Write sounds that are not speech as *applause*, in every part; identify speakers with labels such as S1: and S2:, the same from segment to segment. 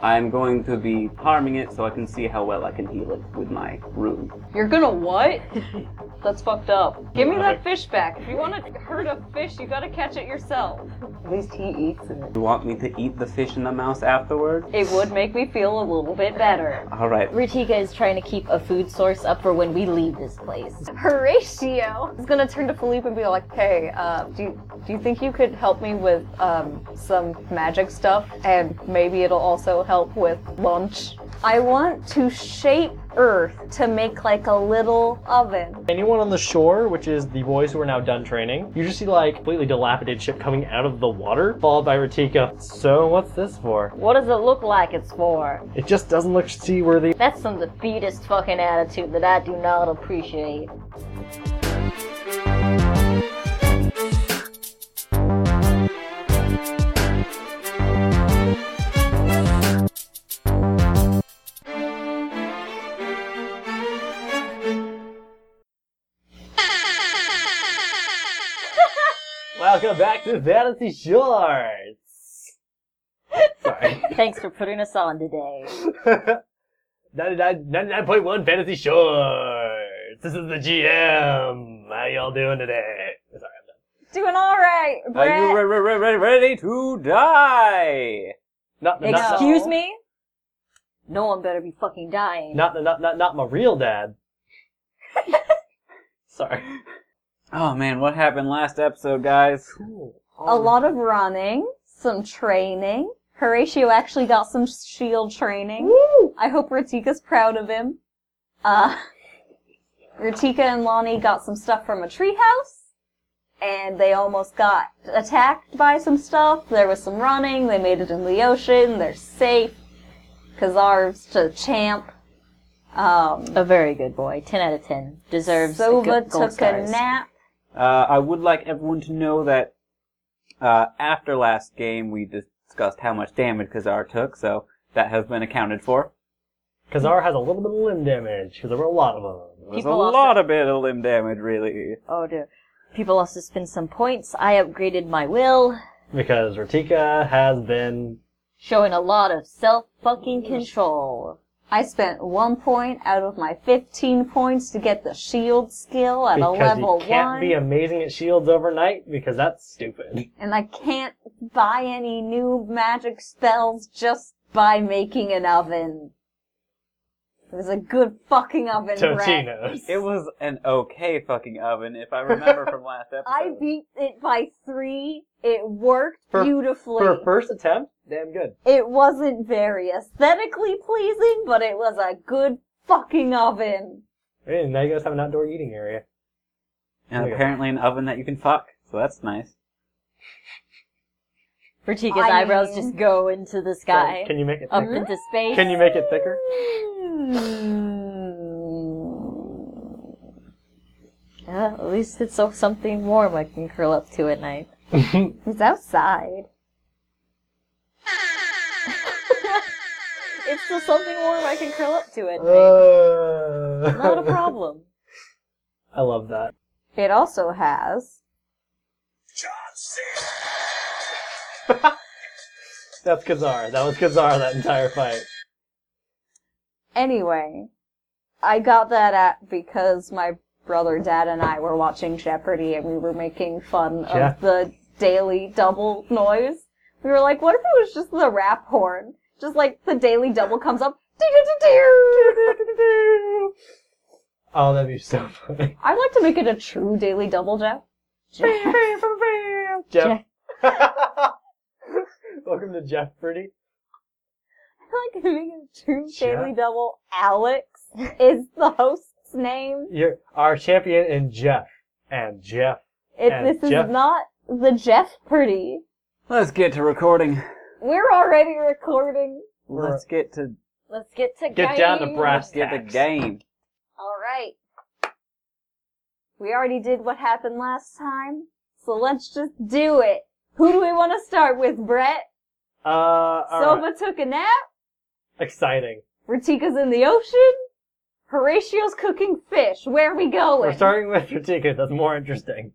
S1: I'm going to be harming it so I can see how well I can heal it with my rune.
S2: You're gonna
S3: *laughs*
S2: what? That's fucked up. Give me that fish back. If you want to hurt a fish, you gotta catch it yourself.
S3: At least he eats it.
S1: You want me to eat the fish and the mouse afterward?
S2: It would make me feel a little bit better.
S1: All right.
S4: Ritika is trying to keep a food source up for when we leave this place.
S3: Horatio is gonna turn to Philippe and be like, "Hey, uh, do you, do you think you could help me with um, some magic stuff, and maybe it'll also help with lunch? I want to shape Earth to make like a little oven.
S5: Anyone on the shore, which is the boys who are now done training, you just see like completely dilapidated ship coming out of the water, followed by Ratika. So what's this for?
S4: What does it look like it's for?
S5: It just doesn't look seaworthy.
S4: That's some defeatist fucking attitude that I do not appreciate.
S5: Welcome back to Vanity Shorts. Sorry. *laughs*
S4: Thanks for putting us on today.
S5: 99 99.1 Fantasy Shorts. This is the GM. How y'all doing today? Sorry, I'm
S3: Doing all right,
S1: Are
S3: Brett.
S1: you re- re- re- re- ready to die?
S5: not, not, not,
S3: Excuse me.
S4: No one better be fucking dying.
S5: not, not, not, not my real dad. Sorry.
S1: Oh man, what happened last episode, guys?
S3: A lot of running, some training. Horatio actually got some shield training. I hope Ratika's proud of him. Uh, Ratika and Lonnie got some stuff from a treehouse, and they almost got attacked by some stuff. There was some running, they made it in the ocean, they're safe. Kazar's to champ. Um,
S4: A very good boy. 10 out of 10. Deserves
S3: Sova
S4: good gold
S3: took
S4: stars.
S3: a nap.
S1: Uh, I would like everyone to know that uh, after last game we discussed how much damage Kazar took, so that has been accounted for.
S5: Kazar has a little bit of limb damage because there were a lot of them.
S1: There's a
S4: People also-
S1: lot of bit of limb damage, really.
S4: Oh dear. People also spend some points. I upgraded my will,
S5: Because Ratika has been.
S4: showing a lot of self fucking control.
S3: I spent one point out of my 15 points to get the shield skill at a
S5: Because
S3: level
S5: you can't
S3: one.
S5: be amazing at shields overnight because that's
S3: *laughs*
S5: stupid.
S3: and I can't buy any new magic spells just by making an oven. It was a good fucking oven, Brett.
S5: Totino's.
S1: It was an okay fucking oven, if I remember from last episode.
S3: I beat it by three. It worked
S5: For-
S3: beautifully.
S5: For a first attempt, damn good.
S3: it wasn't very aesthetically pleasing, but it was a good fucking oven.
S5: And now you guys have an outdoor eating area.
S1: and apparently an oven that you can fuck, so that's nice.
S4: Vertiga's
S3: I
S4: eyebrows
S3: mean-
S4: just go into the
S5: So,
S4: sky,
S5: can you make it
S4: up
S5: thicker?
S4: into space.
S5: Can you make it thicker?
S3: Hmm.
S4: Yeah, at least it's so- something warm I can curl up to at night.
S3: It's outside. *laughs*
S4: It's still something warm I can curl up to at
S5: Uh.
S4: night. Not
S5: Not
S4: a problem.
S5: Uh. *laughs* I love that.
S3: It also has
S5: That's Kazar. That was Kazar that entire fight.
S3: Anyway, I got that at because my brother, dad, and I were watching Jeopardy and we were making fun
S5: Yeah.
S3: of the daily double noise. We were like, what if it was just the rap horn? Just like the daily double comes up. doo-doo-doo-doo.
S5: Oh, that'd be so funny.
S3: I'd like to make it a true daily double, Jeff.
S5: Jeff. *laughs* Welcome to Jeff Pretty.
S3: I'd *laughs* like to make it a true
S5: Jeff?
S3: daily double.
S5: *laughs*
S3: Alex is the host's name.
S5: You're our champion in Jeff. And Jeff.
S3: It,
S5: And
S3: this is
S5: Jeff?
S3: not the Jeff Pretty.
S1: Let's get to recording.
S3: We're already recording.
S1: Let's get to
S4: Let's get to
S5: Get down to
S4: game.
S5: brass
S1: get the
S5: tacks.
S1: game.
S3: All right. We already did what happened last time, so let's just do it. Who do we want to start with, Brett?
S5: Uh, all
S3: Sova
S5: right.
S3: took a nap.
S5: Exciting.
S3: Ratika's in the ocean. Horatio's cooking fish. Where are we going?
S5: We're starting with your ticket. That's more interesting.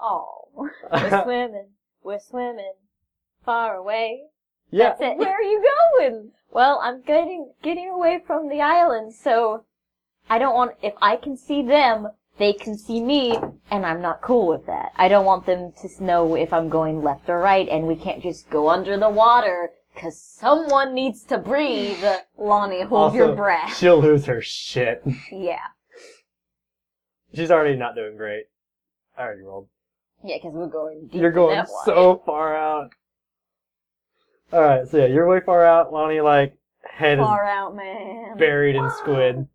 S3: Oh. *laughs*
S5: *laughs*
S4: We're swimming. We're swimming. Far away.
S5: Yeah.
S4: That's it.
S3: Where are you going?
S4: Well, I'm getting getting away from the island, so I don't want. If I can see them, they can see me, and I'm not cool with that. I don't want them to know if I'm going left or right, and we can't just go under the water because someone needs to breathe.
S3: Lonnie, hold
S5: Also,
S3: your breath.
S5: She'll lose her shit. *laughs*
S3: Yeah.
S5: She's already not doing great. I already rolled.
S4: Yeah, because we're going deep.
S5: You're
S4: in
S5: going
S4: that water.
S5: so far out. All right, so yeah, you're way far out. Lonnie, like head is
S3: Far out, man.
S5: buried in squid,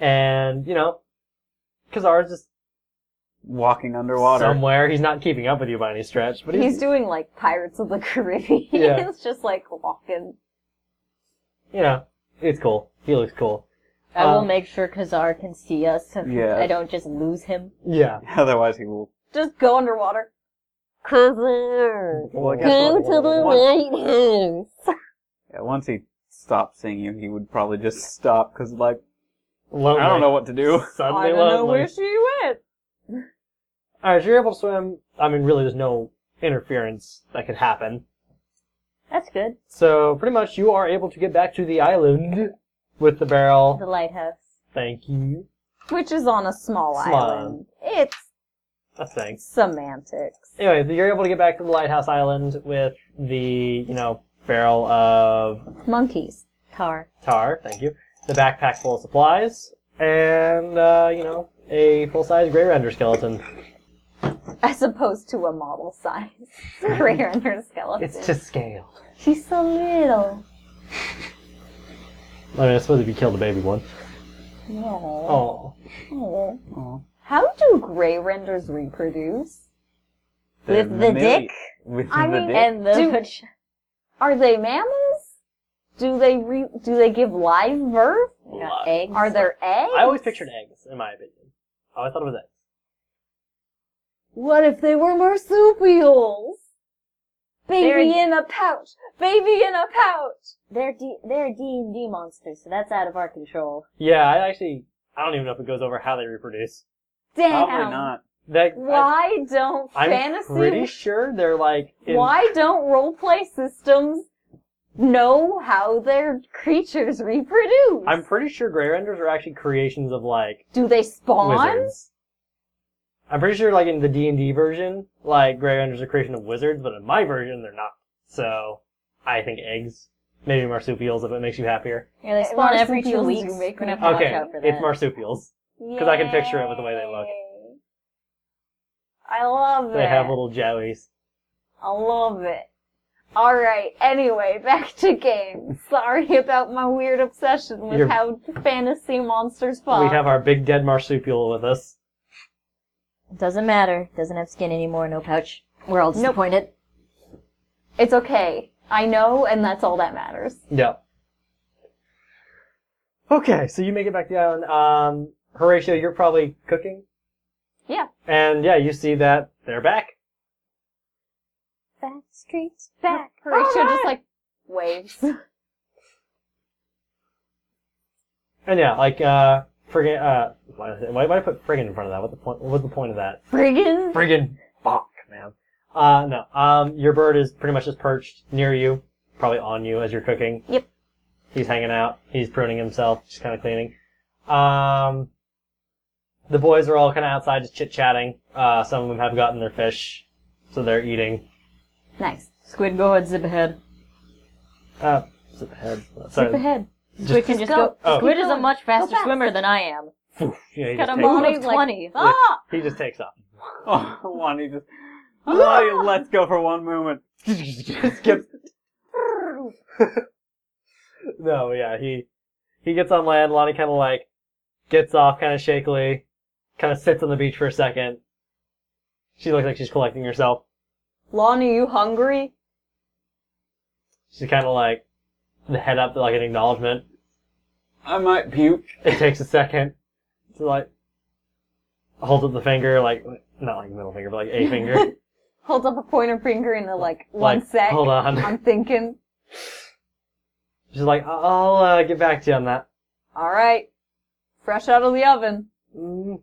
S5: and you know, Kazar's just
S1: Walking underwater.
S5: somewhere. He's not keeping up with you by any stretch, but he's,
S3: He's doing like Pirates of the Caribbean.
S5: *laughs* Yeah.
S3: it's just like walking.
S5: you know, it's cool. He looks cool.
S4: I will
S5: Um,
S4: make sure Kazar can see us. So
S1: Yeah.
S4: I don't just lose him.
S5: Yeah.
S1: *laughs* Otherwise, he will.
S3: Just go underwater.
S4: Kazar,
S1: Well, I guess what- once,
S4: lighthouse.
S1: yeah, once he stopped seeing you, he would probably just stop because, like,
S5: Lonely.
S1: I don't know what to do. *laughs*
S5: Suddenly
S3: I don't know
S5: lonely.
S3: where she went.
S5: All right, so you're able to swim. I mean, really, there's no interference that could happen.
S4: That's good.
S5: So pretty much, you are able to get back to the island with the barrel.
S4: The lighthouse.
S5: Thank you.
S3: Which is on a small
S5: Small
S3: island. It's
S5: That's thanks.
S3: semantics.
S5: Anyway, you're able to get back to the lighthouse island with the you know barrel of
S3: Monkeys.
S4: Tar.
S5: tar. Thank you. The backpack full of supplies and uh, you know a full-size gray render skeleton.
S3: As opposed to a model size. *laughs* Rare in her skeleton.
S5: It's to scale.
S4: She's so little.
S5: I mean, I suppose if you kill the baby one.
S3: No.
S5: Oh.
S3: How do gray renders reproduce?
S4: With the dick?
S1: With
S3: I
S1: the
S3: mean,
S1: dick?
S4: And the
S3: Do-
S4: vag-
S3: Are they mammals? Do they re- do they give live birth?
S4: got eggs.
S3: Are there eggs?
S5: I always pictured eggs, in my opinion. I always thought it was eggs.
S3: What if they were marsupials? Baby
S4: They're-
S3: in a pouch. Baby in a pouch.
S4: They're D- they're D and D monsters, so that's out of our control.
S5: Yeah, I actually I don't even know if it goes over how they reproduce.
S3: Damn.
S1: Probably not. *laughs*
S5: That
S3: Why don't
S5: I, am
S3: fantasy?
S5: pretty sure they're like in,
S3: Why don't roleplay systems know how their creatures reproduce?
S5: I'm pretty sure Grey Renders are actually creations of like
S3: do they spawn?
S5: wizards. I'm pretty sure like in the D and D version, like Grey Renders are creation of wizards, but in my version they're not. So I think eggs. Maybe marsupials if it makes you happier.
S4: Yeah, they spawn every two
S3: marsupials,
S4: weeks.
S3: you make
S4: We're gonna
S3: me-
S4: have to watch
S5: Okay,
S4: out for that.
S5: it's marsupials.
S3: Because
S5: I can picture it with the way they look.
S3: I love
S5: They
S3: it.
S5: have little joeys.
S3: I love it. All right. Anyway, *laughs* back to game. Sorry about my weird obsession with
S5: You're-
S3: how fantasy monsters fall.
S5: We have our big dead marsupial with us.
S4: Doesn't matter. Doesn't have skin anymore. No pouch. We're all disappointed.
S3: It's okay. I know, and that's all that matters.
S5: Yeah. Okay, so you make it back to the island. Um, Horatio, you're probably cooking.
S3: Yeah.
S5: And yeah, you see that they're back.
S4: Back streets.
S3: Back. Horatio just like waves.
S5: And yeah, like uh, friggin' uh, why, did I- why, why did I put friggin' in front of that? What the point? What was the point of that?
S3: Friggin'.
S5: Friggin' fuck, man. Uh, no. Um, your bird is pretty much just perched near you, probably on you as you're cooking.
S4: Yep.
S5: He's hanging out. He's pruning himself, just kind of cleaning. Um, the boys are all kind of outside, just chit chatting. Uh, some of them have gotten their fish, so they're eating.
S3: Nice.
S4: Squid, go ahead. Zip ahead.
S5: Uh, zip ahead.
S4: Zip
S5: Sorry.
S4: ahead. Squid can just go.
S5: Oh.
S4: Squid is a much faster
S3: fast.
S4: swimmer than I am.
S5: *laughs* Yeah, he,
S4: Got
S5: just
S4: a
S5: takes,
S4: mom of
S3: Like-
S4: twenty.
S3: Ah!
S5: he just takes off.
S1: Oh, Lonnie just. Lonnie,
S5: *laughs*
S1: let's go for one moment. *laughs*
S5: Skips. no, yeah, he he gets on land. Lonnie kind of like gets off, kind of shakily, kind of sits on the beach for a second. She looks like she's collecting herself.
S3: Lonnie, you hungry?
S5: She's kind of like the head up, like an acknowledgement.
S1: I might puke.
S5: It takes a second to like hold up the finger, like not like middle finger, but like a finger.
S3: Holds up a pointer finger in a like *laughs* one
S5: like,
S3: sec.
S5: Hold on.
S3: I'm thinking.
S5: She's like, "I- I'll uh, get back to you on that.
S3: All right. Fresh out of the oven.
S5: Mm.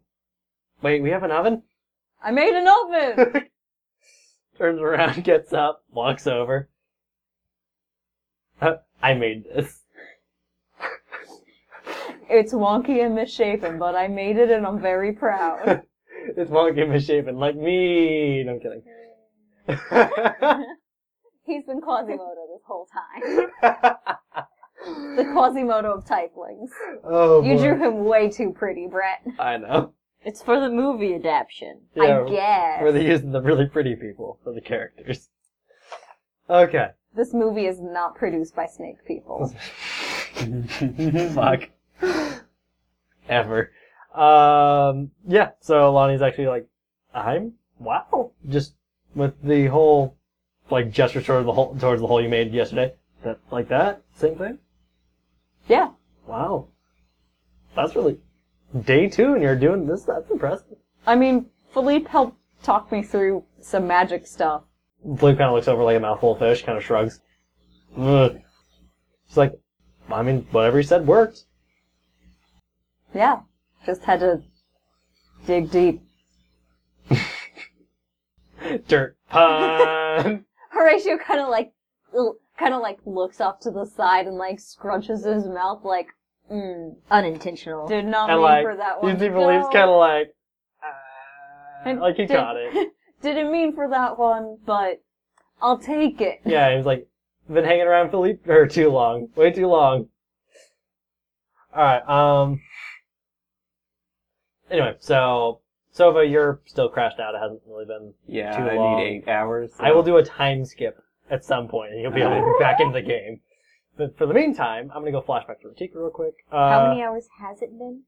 S5: Wait, we have an oven.
S3: I made an oven. *laughs*
S5: *laughs* turns around, gets up, walks over. *laughs* I made this.
S3: It's wonky and misshapen, but I made it and I'm very
S5: *laughs*
S3: proud.
S5: It's wonky and misshapen, like me. No, I'm kidding. *laughs*
S3: He's been Quasimodo this whole time. The Quasimodo of typelings.
S5: oh,
S3: You
S5: boy.
S3: drew him way too pretty, Brett.
S5: I know.
S4: It's for the movie adaptation.
S5: Yeah,
S3: I guess.
S5: where they used the really pretty people for the characters. Okay.
S3: This movie is not produced by Snake
S5: *laughs*
S3: People.
S5: Fuck. Ever. Um, yeah, so Lonnie's actually like, I'm, wow. Just with the whole, like, gesture toward the whole, towards the hole you made yesterday. That, like that? Same thing?
S3: yeah.
S5: Wow. That's really, day two and you're doing this? That's impressive.
S3: I mean, Philippe helped talk me through some magic stuff.
S5: Blue kind of looks over like a mouthful of fish, kind of shrugs. Ugh. She's like, I mean, whatever you said worked. *laughs*
S3: Yeah. Just had to dig deep.
S5: Dirt pun.
S3: Horatio kind of like, kind of like looks off to the side and like scrunches his mouth like, mm,
S4: Unintentional.
S3: did not
S5: and
S3: mean
S5: like,
S3: for that
S5: you
S3: one.
S5: see
S3: to
S5: Philippe's
S3: go.
S5: kind of like, uh,
S3: And
S5: like he
S3: did-
S5: got *laughs* it.
S3: *laughs* Didn't mean for that one, but I'll take it.
S5: Yeah, he was like, been hanging around Philippe or too long, way too long. All right. Um. Anyway, so Sova, you're still crashed out. It hasn't really been.
S1: Yeah,
S5: Too
S1: I
S5: long.
S1: need eight hours.
S5: I will do a time skip at some point, and you'll *laughs* be able to be back in the game. But for the meantime, I'm gonna go flashback to Ratika real quick. Uh,
S4: How many hours has it been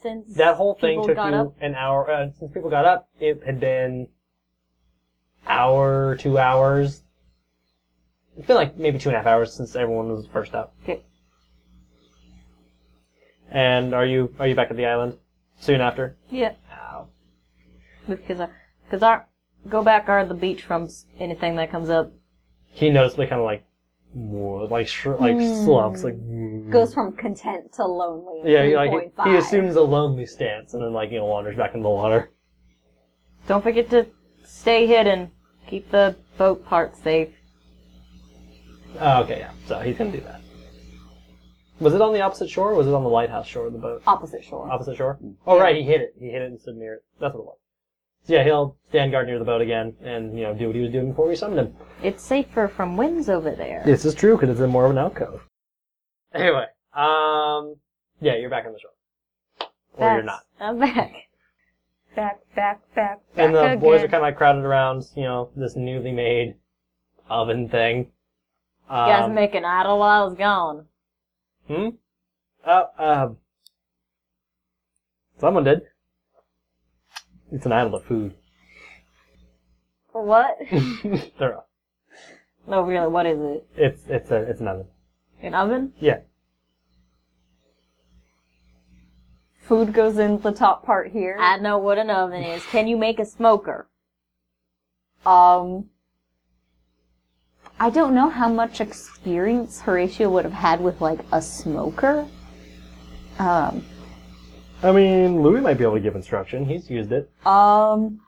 S4: since
S5: That whole thing
S4: people
S5: took
S4: got
S5: you
S4: up?
S5: an hour. Uh, since people got up, it had been hour, two hours. It's been like maybe two and a half hours since everyone was first up.
S4: Okay.
S5: And are you are you back at the island soon after?
S4: Yeah,
S5: Ow.
S4: because I, because our go back are the beach from s- anything that comes up.
S5: He noticeably kind of like, whoa, like shr- like
S4: Hmm.
S5: slumps like.
S3: Goes from content to lonely. in
S5: Mm-hmm. yeah, he, like he
S3: 3.5.
S5: assumes a lonely stance and then like you know wanders back in the water.
S4: Don't forget to stay hidden. Keep the boat part safe.
S5: Oh, okay, yeah. So he's gonna do that. Was it on the opposite shore? or Was it on the lighthouse shore of the boat?
S3: opposite shore.
S5: Opposite shore. Oh right, he hit it. He hit it and stood near it. That's what it was. So yeah, he'll stand guard near the boat again, and you know do what he was doing before we summoned him.
S4: It's safer from winds over there.
S5: This is true because it's in more of an alcove. Anyway, um, yeah, you're back on the shore, or you're
S4: That's-
S5: not.
S4: I'm back.
S3: back, back, back, back.
S5: And the
S3: again.
S5: boys are kind of like crowded around, you know, this newly made oven thing. Um,
S4: You guys making idle while I was gone.
S5: Hmm? Oh, um. Someone did. It's an island of *laughs* food.
S4: For what?
S5: They're-
S4: *laughs* no, really, what is it?
S5: it's it's a it's an island.
S4: An oven?
S5: Yeah.
S3: Food goes in the top part here.
S4: I know what an oven is. Can you make a smoker?
S3: Um, I don't know how much experience Horatio would have had with like a smoker. Um,
S5: I mean, Louis might be able to give instruction. He's used it.
S3: um,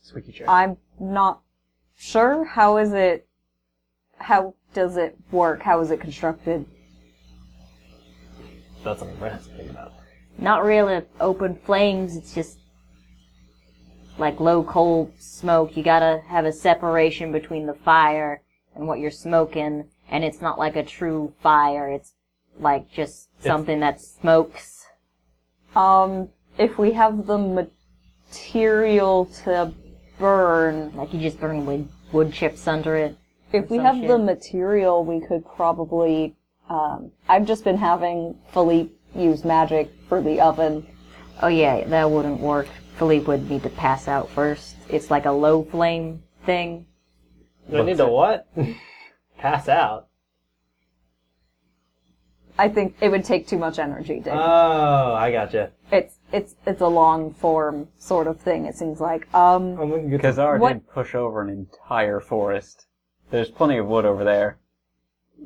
S5: Squeaky chair.
S3: I'm not sure. How is it? How does it work? How is it constructed?
S5: That's something Brad has to think about.
S4: Not really open flames, it's just like low coal smoke. You gotta have a separation between the fire and what you're smoking, and it's not like a true fire. It's like just something that smokes.
S3: Um, if we have the material to burn,
S4: Like you just burn wood, wood chips under it.
S3: if we
S4: some
S3: have the
S4: shit.
S3: material, we could probably. Um, I've just been having Philippe use magic for the oven.
S4: Oh yeah, that wouldn't work. Philippe would need to pass out first. It's like a low flame thing.
S5: I need to what? *laughs* Pass out.
S3: I think it would take too much energy. Dave.
S5: Oh, I gotcha.
S3: it's it's it's a long form sort of thing. It seems like. Um,
S5: I'm looking good.
S1: Kazar
S3: What-
S1: did push over an entire forest. There's plenty of wood over there.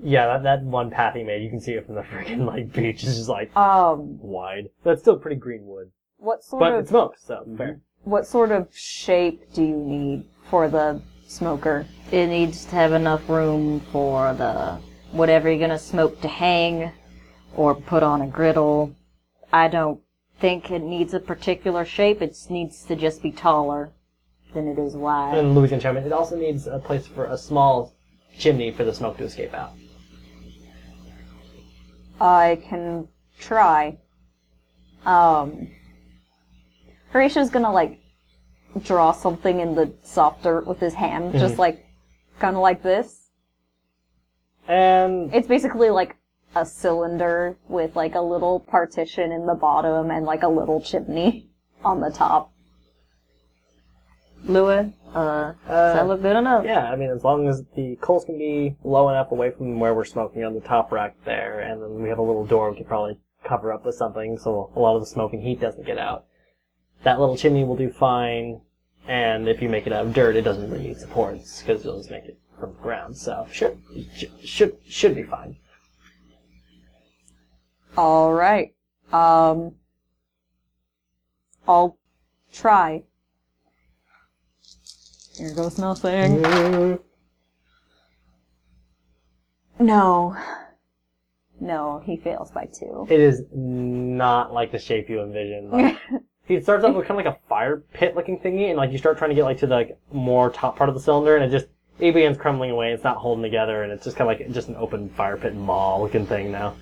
S5: Yeah, that, that one path he made, you can see it from the *laughs* freaking like beach. It's just like *laughs*
S3: um,
S5: wide. That's still pretty green wood,
S3: what sort
S5: but
S3: of
S5: it smokes, so fair.
S3: what sort of shape do you need for the smoker?
S4: It needs to have enough room for the whatever you're gonna smoke to hang or put on a griddle. I don't think it needs a particular shape. It just needs to just be taller than it is wide.
S5: And Louis can chime in. It also needs a place for a small chimney for the smoke to escape out.
S3: I can try. Um, Horatio's gonna like draw something in the soft dirt with his hand, just like kind of like this.
S5: And
S3: It's basically like a cylinder with like a little partition in the bottom and like a little chimney on the top.
S4: Lua, uh, does that look good enough?
S5: yeah, I mean, as long as the coals can be low enough away from where we're smoking on the top rack there, and then we have a little door we could probably cover up with something so a lot of the smoke and heat doesn't get out. That little chimney will do fine, and if you make it out of dirt, it doesn't really need supports because you'll just make it from the ground. So should should- should should be fine.
S3: All right. Um, I'll try. Here goes nothing. No. No, he fails by two.
S5: It is not like the shape you envision. Like, it starts off with kind of like a fire pit looking thingy, and like you start trying to get like to the like, more top part of the cylinder, and it just it begins crumbling away. It's not holding together, and it's just kind of like just an open fire pit maw looking thing now.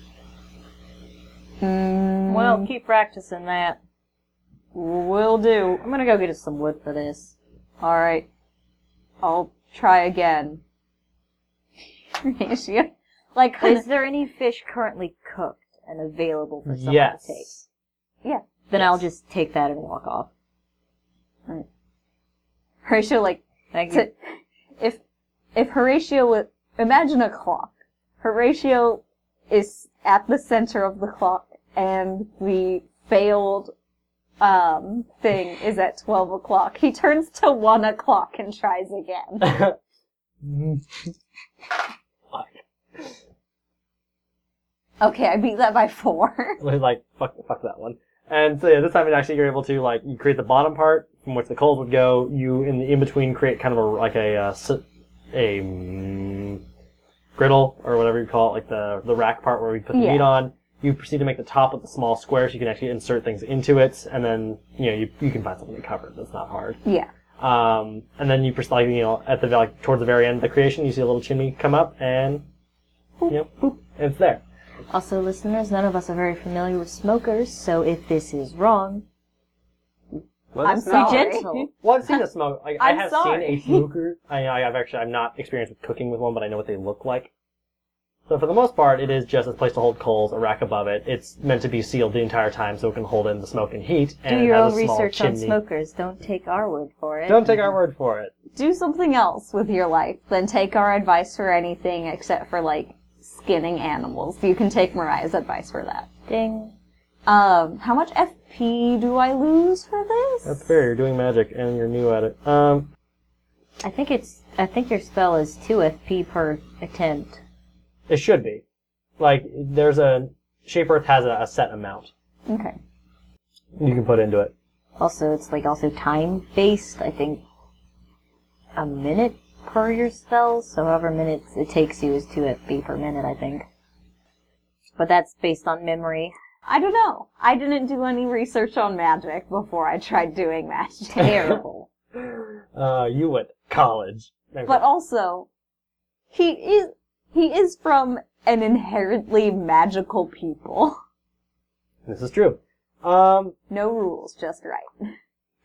S3: Mm,
S4: Well, keep practicing that. Will do. I'm gonna go get us some wood for this.
S3: All right. I'll try again. *laughs* Horatio,
S4: *laughs*
S3: like,
S4: Is there any fish currently cooked and available for someone to take?
S5: Yes.
S4: Then I'll just take that and walk off.
S3: Horatio, like,
S4: Thank you.
S3: to, if if Horatio was imagine a clock. Horatio is at the center of the clock, and the failed um thing is at twelve o'clock. He turns to one o'clock and tries again.
S5: *laughs*
S3: Okay, I beat that by four. *laughs*
S5: It was like fuck, fuck that one. And so yeah, this time it actually you're able to like you create the bottom part from which the coals would go. You in the in between create kind of a like a uh, s- a mm, griddle or whatever you call it, like the the rack part where we put the
S3: Yeah.
S5: meat on. You proceed to make the top with the small square, so you can actually insert things into it, and then you know you, you can find something to cover. it. That's not hard.
S3: yeah.
S5: Um, and then you just like you know at the like towards the very end of the creation, you see a little chimney come up, and you know boop, it's there.
S4: Also, listeners, none of us are very familiar with smokers, so if this is wrong,
S1: Well,
S3: I'm
S1: it's not-
S3: sorry.
S4: *laughs* gentle.
S5: Well, I've seen a smoke. Like, I
S3: I'm
S5: have
S3: sorry.
S4: *laughs*
S5: seen a smoker. I, I have actually. I'm not experienced with cooking with one, but I know what they look like. So for the most part, it is just a place to hold coals, a rack above it. It's meant to be sealed the entire time so it can hold in the smoke and heat. And
S4: do
S5: it
S4: your
S5: has
S4: own
S5: a small
S4: research on
S5: chimney.
S4: smokers. Don't take our word for it.
S5: Don't take our word for it.
S3: Do something else with your life than take our advice for anything except for like skinning animals. You can take Mariah's advice for that.
S4: Ding.
S3: Um, how much FP do I lose for this?
S5: That's fair. You're doing magic and you're new at it. Um,
S4: I think it's. I think your spell is two FP per attempt.
S5: it should be. Like there's a shape earth has a, a set amount
S3: Okay.
S5: you can put into it.
S4: Also, it's like also time based. I think a minute per your spell, so however minutes it takes you is two FP per minute. I think. But that's based on memory.
S3: I don't know. I didn't do any research on magic before I tried doing
S5: *laughs*
S3: magic.
S4: Terrible.
S5: Uh, you went college.
S3: but also, he is he is from an inherently magical people.
S5: this is true. Um,
S3: No rules, just right.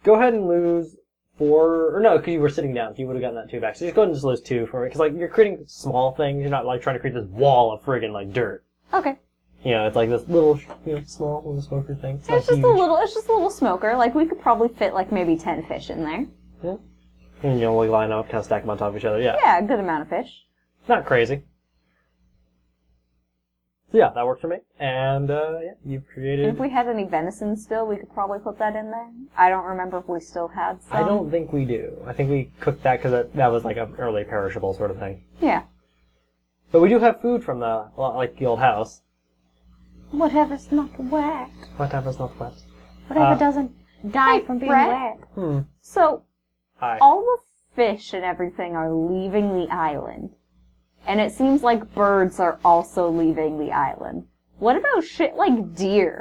S5: go ahead and lose four or no because you were sitting down so you would have gotten that two back so just go ahead and just lose two for it because like you're creating small things you're not like trying to create this wall of friggin like dirt
S3: Okay.
S5: you know it's like this little you know small little smoker thing it's, not
S3: It's just
S5: huge.
S3: a little it's just a little smoker. Like we could probably fit like maybe ten fish in there.
S5: and, you know like line up kind of stack them on top of each other yeah,
S3: Yeah, a good amount of fish.
S5: not crazy so yeah that worked for me and uh yeah you've created
S3: If we had any venison still, we could probably put that in there. I don't remember if we still had some.
S5: i don't think we do i think we cooked that because that, that was like an early perishable sort of thing
S3: Yeah.
S5: but we do have food from the like the old house
S4: Whatever's not wet.
S5: whatever's not wet
S4: Whatever
S5: Uh,
S4: doesn't die
S3: Hey,
S4: from being
S3: Brett.
S4: wet.
S5: hmm
S3: So
S5: hi
S3: all the fish and everything are leaving the island. and it seems like birds are also leaving the island. What about shit like deer?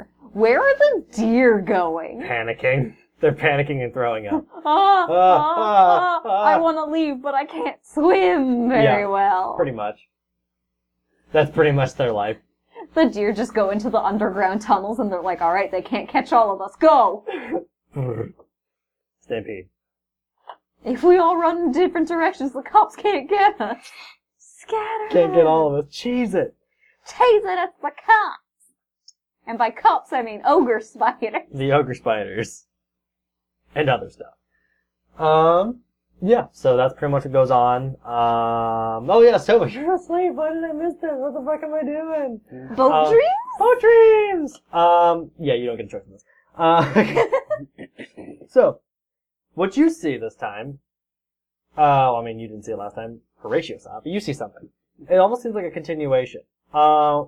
S3: Where are the deer going? *laughs*
S5: Panicking. They're panicking and throwing *laughs* up.
S3: Ah, ah,
S5: ah,
S3: ah, I
S5: *laughs* ah.
S3: want to leave, but I can't swim very
S5: Yeah,
S3: well.
S5: Pretty much. That's pretty much their life. *laughs*
S3: The deer just go into the underground tunnels and they're like, all right, they can't catch all of us. Go!
S5: Stampede.
S3: If we all run in different directions, the cops can't get us. Scatter!
S5: Can't get all of us. Cheese it.
S3: Chase it at the cops! And by cops, I mean ogre
S5: *laughs*
S3: spider.
S5: The ogre spiders. And other stuff. Um, yeah, so that's pretty much what goes on. Um, oh yeah, *laughs* Sova, you're asleep. Why did I miss this? What the fuck am I doing?
S3: Boat
S5: Uh,
S3: dream?
S5: Oh, dreams! Um, yeah, you don't get a choice in this. Uh, *laughs* so, what you see this time, uh, well, I mean, you didn't see it last time, Horatio saw it, but you see something. It almost seems like a continuation. Uh,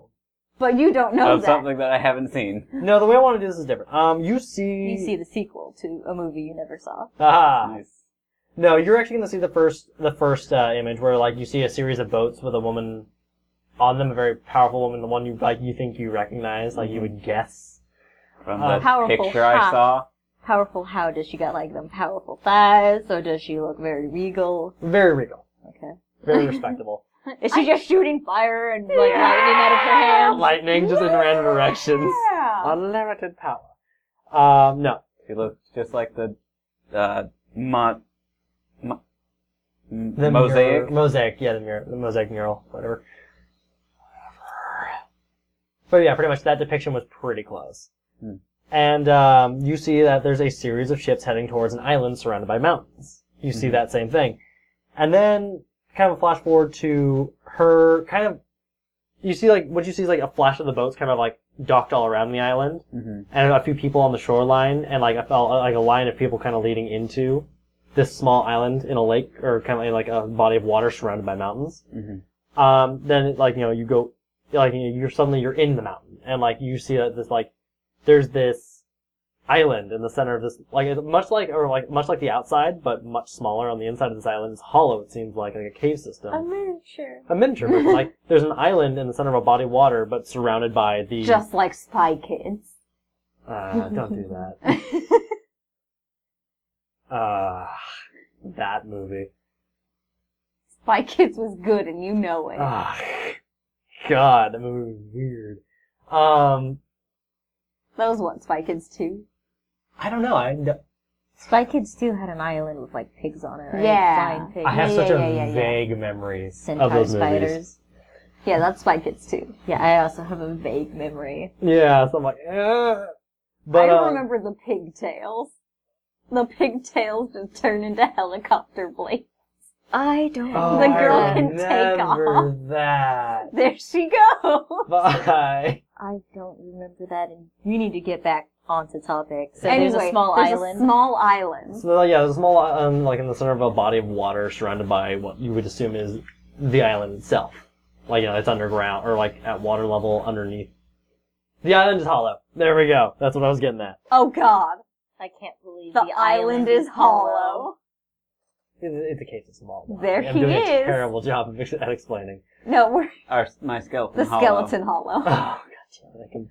S3: But you don't know
S5: Oh,
S1: of
S3: that.
S1: something that I haven't seen.
S5: no, the way I want to do this is different. Um, you see...
S4: You see the sequel to a movie you never saw.
S5: Ah,
S1: Nice.
S5: no, you're actually going to see the first, the first, uh, image where, like, you see a series of boats with a woman on them, a very powerful woman, the one you, like, you think you recognize,
S4: Mm-hmm.
S5: like, you would guess.
S1: From
S5: Uh,
S3: Oh,
S1: the
S4: powerful
S1: picture I
S4: hat.
S1: saw,
S4: Powerful how? Does she got like them powerful thighs or does she look very regal?
S5: Very regal.
S4: Okay. *laughs*
S5: Very respectable.
S4: Is she just shooting fire and like lightning out of her hands?
S5: lightning just in random directions.
S3: Yeah.
S5: Unlimited power. Um, no.
S1: she looked just like the uh, mo- mo- m-
S5: The
S1: mosaic.
S5: mirror- mosaic, yeah, the, mirror, the mosaic mural, whatever. But yeah, pretty much that depiction was pretty close.
S1: Hmm.
S5: And um, you see that there's a series of ships heading towards an island surrounded by mountains. You see
S1: Mhm.
S5: that same thing. And then kind of a flash forward to her kind of. You see, like, what you see is like a flash of the boats kind of like docked all around the island.
S1: hmm
S3: Mm-hmm.
S5: and a few people on the shoreline, and like a like a line of people kind of leading into this small island in a lake or kind of in like a body of water surrounded by mountains.
S1: Mhm.
S5: Um, then like you know you go like you know, you're suddenly you're in the mountain, and like you see that this like there's this island in the center of this like it's much like or like much like the outside, but much smaller on the inside of this island. It's hollow. It seems like like a cave system.
S4: Um, miniature.
S5: a miniature, version. like there's an island in the center of a body of water, but surrounded by the
S3: Just like Spy Kids. *laughs*
S5: Uh, don't do that. uh, that movie.
S3: Spy Kids was good and you know it.
S5: Ah, God, that movie was weird. Um,
S3: that was what, Spy Kids 2?
S5: I don't know. I,
S4: Spy Kids too had an island with like pigs on it. Right?
S3: Yeah.
S4: Flying pigs.
S5: I have
S3: Yeah,
S5: such
S3: yeah,
S5: a
S3: yeah, yeah, yeah.
S5: vague memory
S4: Centaur
S5: of those
S4: spiders.
S5: movies.
S3: Yeah, that's Spy Kids 2.
S4: Yeah, I also have a vague memory.
S5: Yeah, so I'm like, eh. but
S3: I
S5: um,
S3: remember the pigtails. The pigtails just turn into helicopter blades. *laughs*
S4: I don't.
S5: oh,
S3: the
S5: I
S3: girl can take off.
S5: remember that.
S3: There she goes!
S5: Bye.
S4: I don't remember that, and you need to get back onto topic. So there's
S3: Anyway,
S4: a small
S3: there's a
S4: island.
S3: small island.
S5: So yeah, there's a small um, like in the center of a body of water surrounded by what you would assume is the island itself. Like you know, it's underground or like at water level underneath. The island is hollow. There we go. That's what I was getting at.
S3: Oh god,
S4: I can't believe
S3: the, island, is hollow.
S5: It- It's a case of small. water.
S3: There
S5: I'm
S3: he
S5: doing
S3: is.
S5: a terrible job of ex- at explaining.
S3: No, we're
S1: Our, my skeleton.
S3: the
S1: hollow.
S3: skeleton hollow.
S5: *laughs* Oh god damn it! I can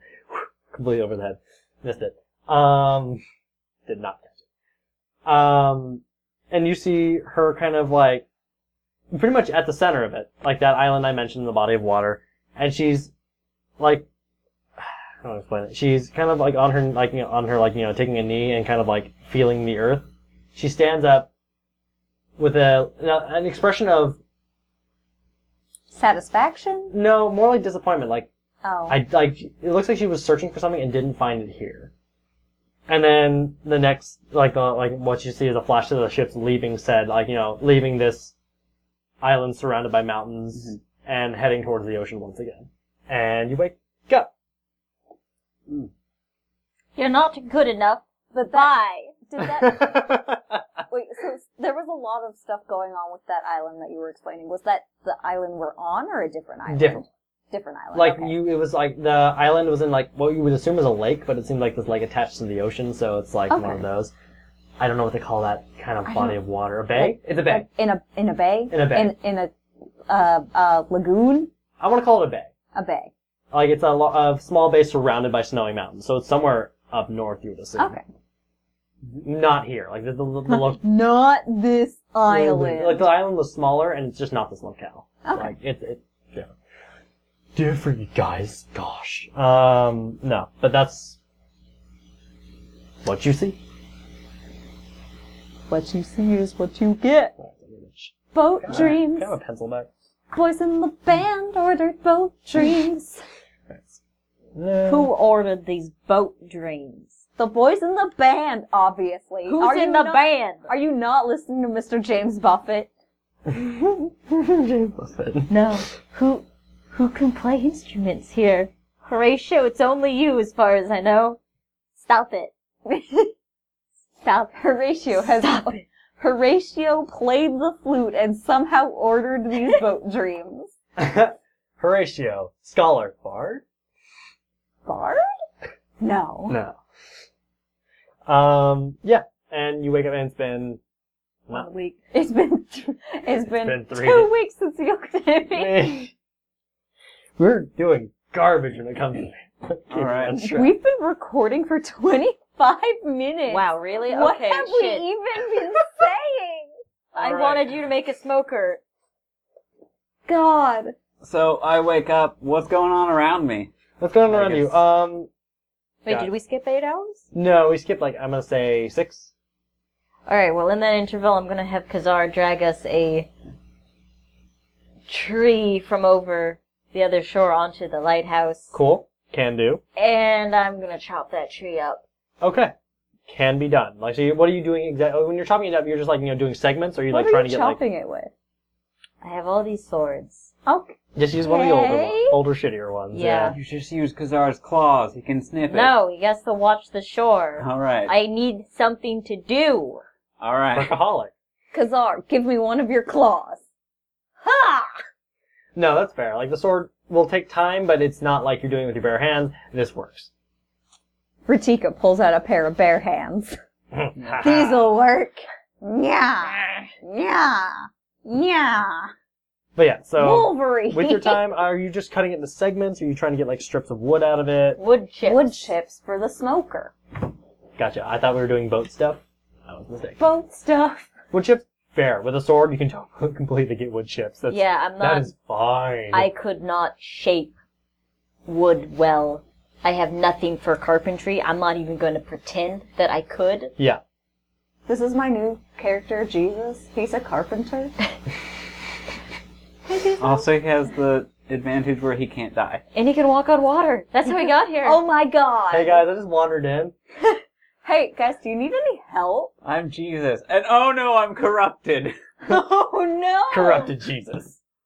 S5: completely over the head. Missed it. Um, did not catch it. Um, and you see her kind of like, pretty much at the center of it, like that island I mentioned, the body of water, and she's like, I don't know how to explain it. She's kind of like on her, like you know, on her, like you know, taking a knee and kind of like feeling the earth. She stands up with a an expression of
S3: Satisfaction?
S5: no, more like disappointment, like.
S3: Oh.
S5: I like it looks like she was searching for something and didn't find it here. And then the next like the like what you see is a flash of the ships leaving said like you know leaving this island surrounded by mountains
S3: Mm-hmm.
S5: and heading towards the ocean once again. And you wake up. *laughs*
S4: You're not good enough. Goodbye.
S3: Did
S4: *laughs*
S3: that Wait, so s- there was a lot of stuff going on with that island that you were explaining. Was that the island we're on or a different island?
S5: Different.
S3: Different island.
S5: like
S3: okay.
S5: you, it was like the island was in like what you would assume is a lake, but it seemed like this like attached to the ocean, so it's like one
S3: Okay.
S5: of those. I don't know what they call that kind of
S3: I
S5: body of water. A bay? It's a bay.
S3: Like, in a in a bay.
S5: In a bay.
S3: In in a uh, uh, lagoon,
S5: I want to call it a bay.
S3: a bay.
S5: Like it's a, lo- a small bay surrounded by snowy mountains, so it's somewhere up north. You would assume.
S3: Okay.
S5: Not here. Like
S3: *laughs*
S5: the the, the, the lo-
S3: Not this island.
S5: Like the island was smaller, and it's just not this locale.
S3: Okay.
S5: Like it's it, yeah. Different, you guys. Gosh. Um, no, but that's what you see.
S3: What you see is what you get. Boat dreams.
S5: Kind of a pencil back.
S3: Boys in the band ordered boat dreams.
S5: No.
S4: Who ordered these boat dreams?
S3: the boys in the band, obviously.
S4: Who's
S3: Are you
S4: in the
S3: not-
S4: band?
S3: Are you not listening to Mr. James Buffett?
S5: James Buffett.
S4: No. Who who can play instruments here? Horatio, it's only you as far as I know. Stop it.
S3: Stop. Horatio has. Horatio played the flute and somehow ordered
S4: *laughs*
S3: these boat dreams.
S5: *laughs* Horatio, scholar, bard.
S3: Bard? No.
S5: No. Um. Yeah. And you wake up and it's been
S4: One week.
S3: It's been it's been,
S5: been three
S3: two
S5: days.
S3: weeks since you looked *laughs* at me.
S5: *laughs* We're doing garbage when it comes to
S1: All right.
S3: *laughs* We've been recording for twenty five minutes.
S4: Wow, really?
S3: What
S4: okay,
S3: have
S4: shit.
S3: we even been
S4: *laughs*
S3: saying?
S4: I
S1: All right.
S4: wanted you to make a smoker.
S3: God.
S1: So I wake up. What's going on around me?
S5: What's going on
S1: I
S5: around you?
S1: guess-
S5: Um,
S4: Wait,
S5: Got it.
S4: did we skip eight hours?
S5: no, we skipped like I'm gonna say six.
S4: Alright, well, in that interval, I'm gonna have Kazar drag us a tree from over the other shore onto the lighthouse.
S5: Cool, can do.
S4: And I'm gonna chop that tree up.
S5: Okay, can be done. Like, so you, what are you doing exactly when you're chopping it up? You're just like you know doing segments, or are you like
S3: what
S5: trying
S3: are you
S5: to get like
S3: chopping it with?
S4: I have all these swords.
S3: Okay.
S5: just use one of the older
S3: Okay.
S5: ones, older shittier ones.
S4: Yeah.
S1: You should just use Kazar's claws. He can sniff it.
S4: No, he has to watch the shore.
S1: All right.
S4: I need something to do.
S1: All right.
S4: *laughs*
S5: Workaholic.
S3: Kazar, give me one of your claws. Ha!
S5: No, that's fair. Like the sword will take time, but it's not like you're doing it with your bare hands. This works.
S3: Ratika pulls out a pair of bare
S5: *laughs*
S3: hands. These'll work. Yeah. Yeah. Yeah.
S5: But yeah, so
S3: Wolverine. *laughs*
S5: with your time, are you just cutting it into segments? Are you trying to get like strips of wood out of it?
S4: Wood chips.
S3: Wood chips for the smoker.
S5: Gotcha. I thought we were doing boat stuff. That was a mistake.
S3: Boat stuff.
S5: Wood chips, fair. With a sword, you can *laughs* t- completely get wood chips. That's,
S4: Yeah, I'm
S5: That
S4: not.
S5: is fine.
S4: I could not shape wood well. I have nothing for carpentry. I'm not even going to pretend that I could.
S5: Yeah.
S3: This is my new character, Jesus. He's a carpenter.
S1: Also, he has the advantage where he can't die.
S4: And he can walk on water. That's how he got here.
S3: *laughs* oh my god.
S5: Hey guys, I just wandered in.
S3: Hey, guys, do you need any
S1: *laughs*
S3: help?
S1: I'm Jesus, and oh no, I'm corrupted.
S3: Oh no.
S5: Corrupted Jesus.
S3: *laughs*
S5: *laughs*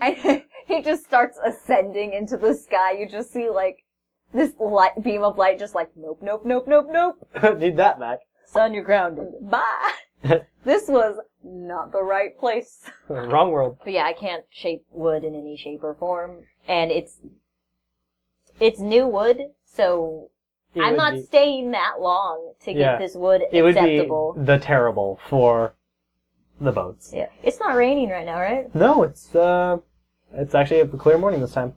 S3: And he just starts ascending into the sky. You just see like this light beam of light, just like nope, nope, nope, nope, nope.
S5: Need that, Mac.
S4: Son, you're grounded.
S3: Bye. this was not the right place.
S5: Wrong world.
S4: But yeah, I can't shape wood in any shape or form. And it's. It's new wood, so
S5: It
S4: I'm
S5: would
S4: not
S5: be-
S4: staying that long to get
S5: Yeah.
S4: this wood
S5: It would
S4: acceptable.
S5: be the terrible for the boats.
S4: Yeah. It's not raining right now, right?
S5: No, it's uh, it's actually a clear morning this time.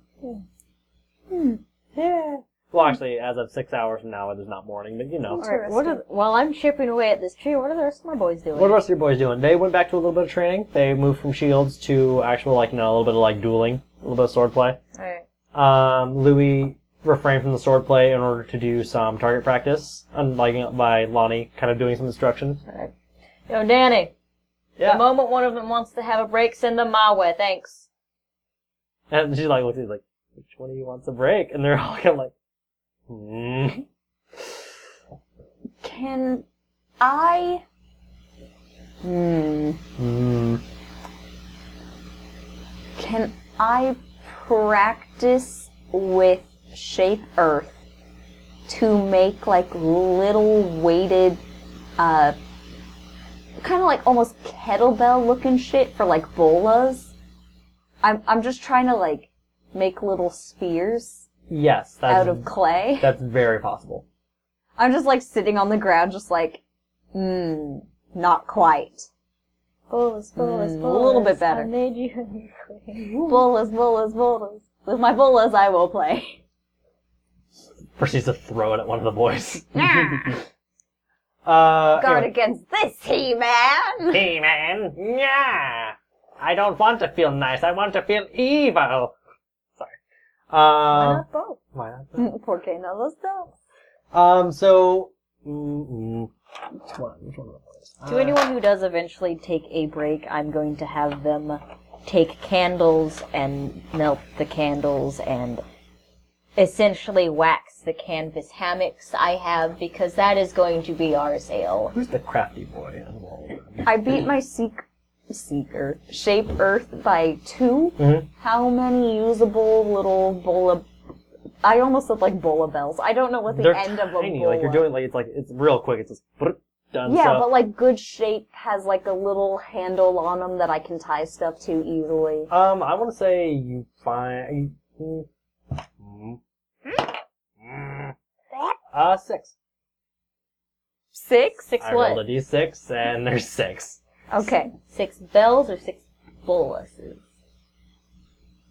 S4: Hmm.
S5: Yeah. Well, actually, as of six hours from now, it is not morning, but you
S4: All
S5: know.
S4: right. What are, while I'm chipping away at this tree, what are the rest of my boys doing?
S5: What are the rest of your boys doing? They went back to a little bit of training. They moved from shields to actual, like, you know, a little bit of, like, dueling, a little bit of swordplay.
S4: All right.
S5: Um, Louis refrained from the swordplay in order to do some target practice, and, like, you know, by Lonnie kind of doing some instruction.
S3: Oh,
S4: Yo, Danny. The
S5: Yeah.
S4: moment one of them wants to have a break, send them my way. Thanks.
S5: And she, like, looks at you like, which one of you wants a break? And they're *laughs* all kind of like, hmm.
S3: Can I? Hmm.
S5: Mm.
S3: Can I practice with shape earth to make like little weighted, uh, kind of like almost kettlebell looking shit for like bolas? I'm I'm just trying to like make little spears
S5: Yes, that's,
S3: out of clay. *laughs*
S5: that's very possible.
S3: I'm just like sitting on the ground, just like, hmm, not quite.
S4: Bolas, bolas,
S3: Mm, a
S4: bolas.
S3: little bit better.
S4: I made you.
S3: Bolas, bolas, bolas. With my bolas, I will play.
S5: Proceeds to throw it at one of the boys. uh,
S3: Guard
S5: anyway.
S3: against this He-Man!
S5: Hey man, yeah. I don't want to feel nice. I want to feel evil. Sorry.
S4: Uh,
S3: Why
S5: Um,
S3: not both?
S5: why not?
S4: Hmm.
S3: *laughs* Por qué no los dos?
S5: Um, so. Mm, mm. Which one- which one of those?
S4: To
S5: Uh,
S4: anyone who does eventually take a break, I'm going to have them take candles and melt the candles and essentially wax the canvas hammocks I have because that is going to be our sale.
S5: Who's the crafty boy involved?
S3: I beat
S5: Mm-hmm.
S3: my seek, seeker shape Earth by 2
S5: Mhm.
S3: How many usable little bola? I almost look like bola bells. I don't know what the
S5: They're
S3: end of a
S5: tiny,
S3: bola.
S5: like you're doing like it's like it's real quick. It's just brrrt, done.
S3: yeah,
S5: so.
S3: but like good shape has like a little handle on them that I can tie stuff to easily.
S5: Um, I want to say you find. mm, mm, mm, Uh, six.
S3: Six.
S4: Six
S5: I rolled a
S4: what?
S5: d6 and there's six.
S3: Okay.
S4: Six bells or six boluses?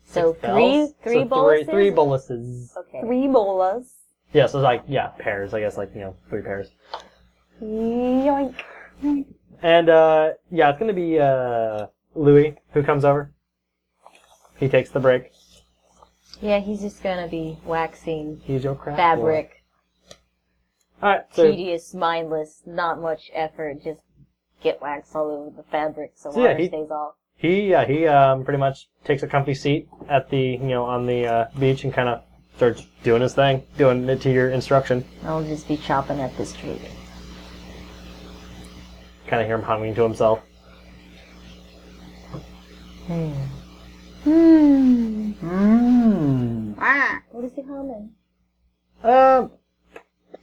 S4: So
S5: Six
S4: three,
S5: bells?
S4: three
S5: So
S4: boluses.
S5: Three, three boluses.
S4: Okay.
S3: Three bolas.
S5: Yeah, so like yeah, pairs. I guess like you know three pairs.
S3: Yoink.
S5: And uh, yeah, it's gonna be uh, Louis who comes over. He takes the break.
S4: Yeah, he's just gonna be waxing
S5: He's your craft
S4: fabric.
S5: All right, so
S4: tedious, mindless, not much effort, just get wax all over the fabric so,
S5: So, yeah,
S4: water
S5: he-
S4: stays off.
S5: he yeah he um, pretty much takes a comfy seat at the you know on the uh, beach and kind of starts doing his thing, doing it to your instruction.
S4: I'll just be chopping at this tree.
S5: Kind of hear him humming to himself.
S4: Ah. What is he humming?
S5: Um,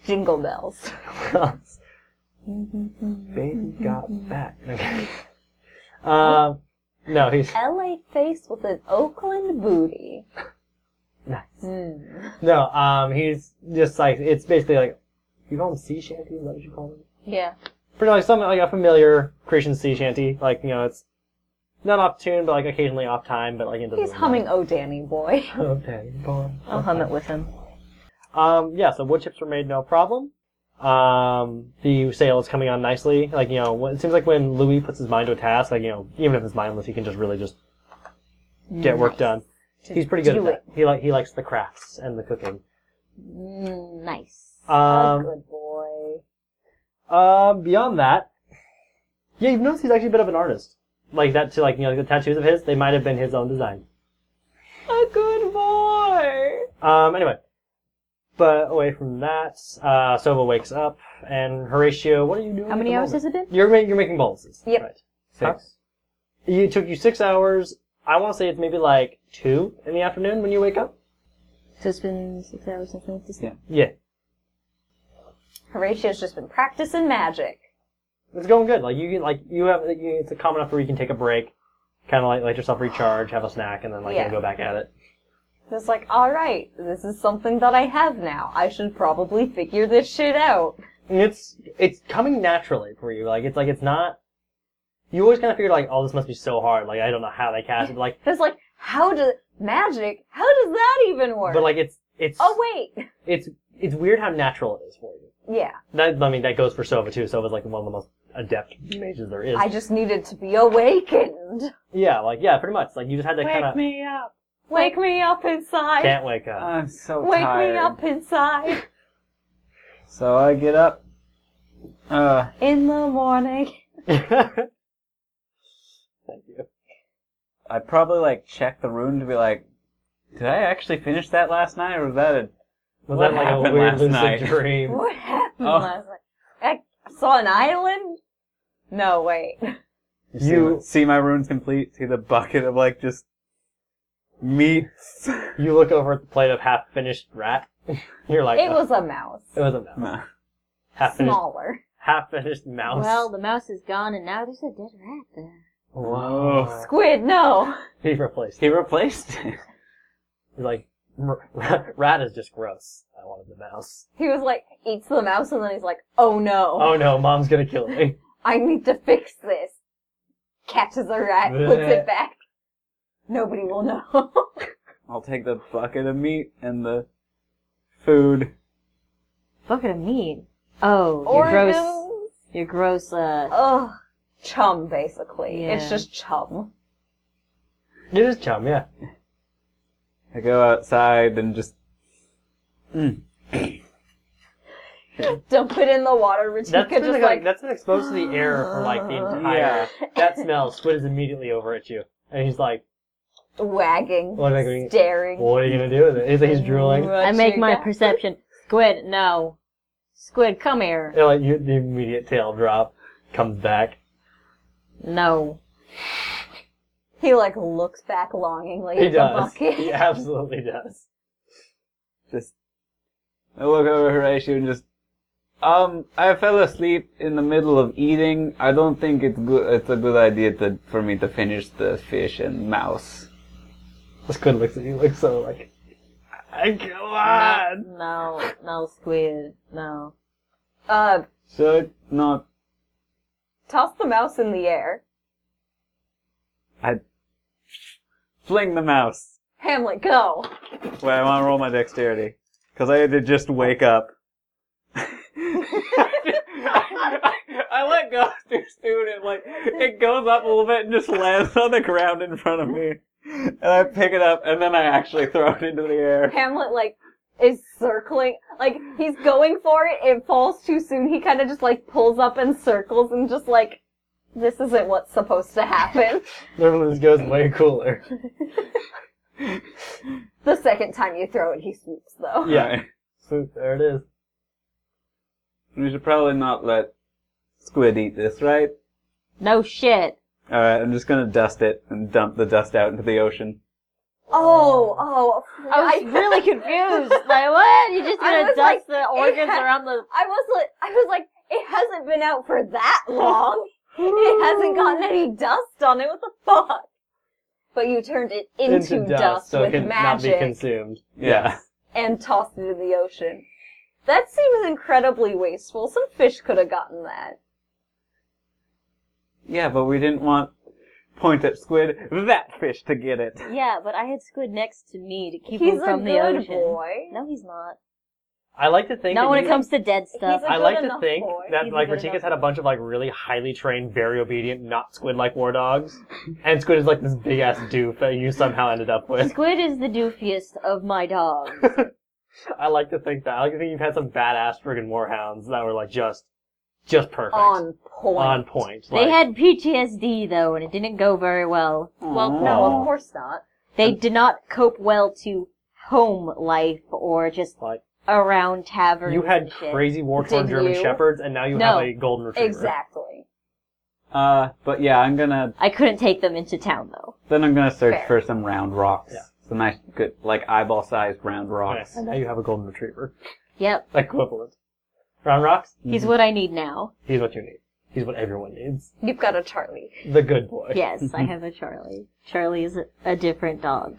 S3: Jingle bells.
S5: baby Mm-hmm. got *laughs* back. um, no, he's
S3: LA face with an Oakland booty.
S5: Nice.
S4: Hmm.
S5: No, um, he's just like it's basically like you call him sea shanty. Is that what you call him?
S3: Yeah.
S5: Pretty like something like a familiar Christian sea shanty. Like you know, it's not off tune, but like occasionally off time. But like it doesn't.
S3: He's humming Oh Danny Boy. *laughs*
S5: *laughs* Okay, boom.
S4: I'll hum it with him.
S5: Um, yeah. So wood chips are made, no problem. Um, the sale is coming on nicely. Like you know, when- it seems like when Louis puts his mind to a task, like you know, even if it's mindless, he can just really just get work done. He's pretty good at
S4: do
S5: that. He like he likes the crafts and the cooking.
S4: Mm, nice.
S5: Um,
S4: good boy.
S5: Um, beyond that, yeah, you've noticed he's actually a bit of an artist. Like that too, like you know, the tattoos of his, they might have been his own design.
S3: A good boy.
S5: Um, anyway, but away from that, uh, Sova wakes up, and Horatio, what are you doing?
S4: How
S5: at
S4: many
S5: the
S4: hours
S5: moment?
S4: has it been?
S5: You're making you're making boluses.
S3: Yep.
S5: Right. Huh?
S1: Six.
S5: It took you six hours. I want to say it's maybe like two in the afternoon when you wake up.
S4: So it's been six hours since I just
S1: Yeah.
S5: Yeah,
S3: Horatio's just been practicing magic.
S5: it's going good. Like you can like you have you, it's calm enough where you can take a break, kind of like let yourself recharge, have a snack, and then like you know,
S3: Yeah.
S5: go back at it.
S3: It's like, all right, this is something that I have now. I should probably figure this shit out.
S5: And it's it's coming naturally for you. Like it's like it's not. You always kind of figure like, oh, this must be so hard. Like I don't know how they cast it. But like,
S3: It's like, how does magic? How does that even work?
S5: but like it's it's
S3: oh wait,
S5: it's it's weird how natural it is for you.
S3: yeah.
S5: That I mean that goes for Sova too. Sova's like one of the most adept mages there is.
S3: I just needed to be awakened.
S5: yeah, like yeah, pretty much. Like you just had to kind of
S1: me up.
S3: Wake me up inside.
S5: can't wake
S3: Uh,
S5: up.
S1: I'm so
S3: Wake
S1: tired.
S3: me up inside
S1: So I get up. Uh,
S3: in the morning.
S5: *laughs* Thank you.
S1: I probably like check the room to be like, did I actually finish that last night, or was that a?
S5: Was
S1: What
S5: that like a
S1: happened
S5: weird
S1: last
S5: lucid
S1: night?
S5: dream?
S3: What happened
S1: Oh.
S3: last night? I saw an island. No wait.
S1: see
S5: You-
S1: my- see my runes complete. See the bucket of like just meats.
S5: You look over at the plate of half finished rat. *laughs* You're like,
S3: It
S5: "Ugh,
S3: was a mouse,
S5: it was a
S1: *laughs*
S5: mouse.
S1: Nah.
S5: Half finished,
S3: smaller.
S5: half finished mouse.
S4: Well, the mouse is gone and now there's a dead rat there.
S5: Whoa.
S3: Squid, no.
S5: He replaced
S1: He
S5: it.
S1: replaced it.
S5: He's like, "R- rat, *laughs* rat is just gross. I wanted the mouse.
S3: He was like, eats the mouse, and then he's like, oh no,
S5: Oh no, mom's gonna kill me.
S3: I need to fix this. catches a rat, puts it back. Nobody will know. *laughs*
S1: I'll take the bucket of meat and the food.
S4: Bucket of meat. Oh, your gross.
S2: Oregon.
S4: Your gross. Uh,
S3: Ugh. Chum, basically.
S4: Yeah.
S3: It's just chum.
S5: It is
S3: *laughs*
S5: chum, yeah.
S1: I go outside and just
S3: Dump it in the water. Ritika
S5: That's
S3: just
S5: been
S3: like,
S5: like, that's been exposed to the air for like
S3: *gasps*
S5: the entire. That smell. Squid is immediately over at you, and he's like,
S3: wagging,
S5: "What am I going?
S3: staring.
S5: What are you going to do with it?" He's like, he's drooling.
S4: I make my
S3: Ritika.
S4: perception. Squid, no. Squid, come here.
S5: And, like you, the immediate tail drop comes back.
S4: No.
S3: He like looks back longingly
S5: He
S3: at the
S5: does.
S3: bucket.
S5: He *laughs* absolutely does.
S1: just I look over at Horatio and just um I fell asleep in the middle of eating. I don't think it's good it's a good idea to for me to finish the fish and mouse.
S5: The squid looks at you like so like. I go on.
S4: No, no, squid, no.
S3: Uh,
S1: So it's not
S3: toss the mouse in the air.
S1: I fling the mouse.
S3: Hamlet, go.
S1: Wait, I want to roll my dexterity because I had to just wake up. I, let go too soon. It like it goes up a little bit and just lands on the ground in front of me, and I pick it up and then I actually throw it into the air.
S3: Hamlet like is circling, like he's going for it. It falls too soon. He kind of just like pulls up and circles and just like, this isn't what's supposed to happen. *laughs*
S5: Normally this goes way cooler.
S3: the second time you throw it, he swoops though.
S5: Yeah. So there it is.
S1: we should probably not let squid eat this, right?
S4: No shit.
S1: All right, I'm just gonna dust it and dump the dust out into the ocean.
S3: Oh, oh.
S4: I
S3: *laughs*
S4: was really confused. Like, what? You just
S3: I
S4: gonna
S3: was
S4: dust
S3: like, *laughs*
S4: the organs
S3: had-
S4: around the.
S3: I was like, I was like, it hasn't been out for that long. it hasn't gotten any dust on it. What the fuck? But you turned it into, dust,
S5: so
S3: with
S5: it can not be
S3: magic
S5: consumed.
S1: Yeah.
S3: and tossed it in the ocean. That seems incredibly wasteful. Some fish could have gotten that.
S1: Yeah, but we didn't want point at squid that fish to get it.
S4: Yeah, but I had squid next to me to keep
S3: He's
S4: him
S3: a
S4: from the
S3: good
S4: ocean.
S3: boy.
S4: No, he's not.
S5: I like to think.
S4: Not
S5: that
S4: when it
S5: you-
S4: comes to dead stuff.
S3: He's a
S5: I
S3: good
S5: like to
S3: enough
S5: think
S3: boy.
S5: that
S4: He's a
S5: like
S4: good
S5: Ratika's
S4: enough
S5: had a bunch of like really highly trained, very obedient, not squid like war dogs, and squid is like this big ass doof that you somehow ended
S3: *laughs*
S5: up with.
S4: Squid is the doofiest of my dogs.
S5: I like to think that. I like to think you've had some badass friggin' warhounds that were like just, just perfect,
S3: On point.
S5: On point.
S4: They
S5: like-
S4: had PTSD though, and it didn't go very well.
S3: Well, no, of course not.
S4: They did not cope well to home life or just
S5: Like-
S4: around taverns.
S5: you had
S4: and shit.
S5: crazy war torn
S3: Did
S5: German
S3: you?
S5: shepherds, and now you
S4: No.
S5: have a golden retriever.
S3: Exactly.
S1: Uh, but yeah, I'm gonna
S4: I couldn't take them into town though.
S1: then I'm gonna search
S3: Fair.
S1: for some round rocks,
S5: Yeah.
S1: some nice good like eyeball sized round rocks.
S5: Yes, And now you have a golden retriever
S4: Yep,
S5: equivalent. Round rocks.
S4: he's what I need now.
S5: He's what you need. He's what everyone needs.
S3: You've got a Charlie.
S5: The good boy. *laughs*
S4: Yes, I have a Charlie. Charlie is a, a different dog.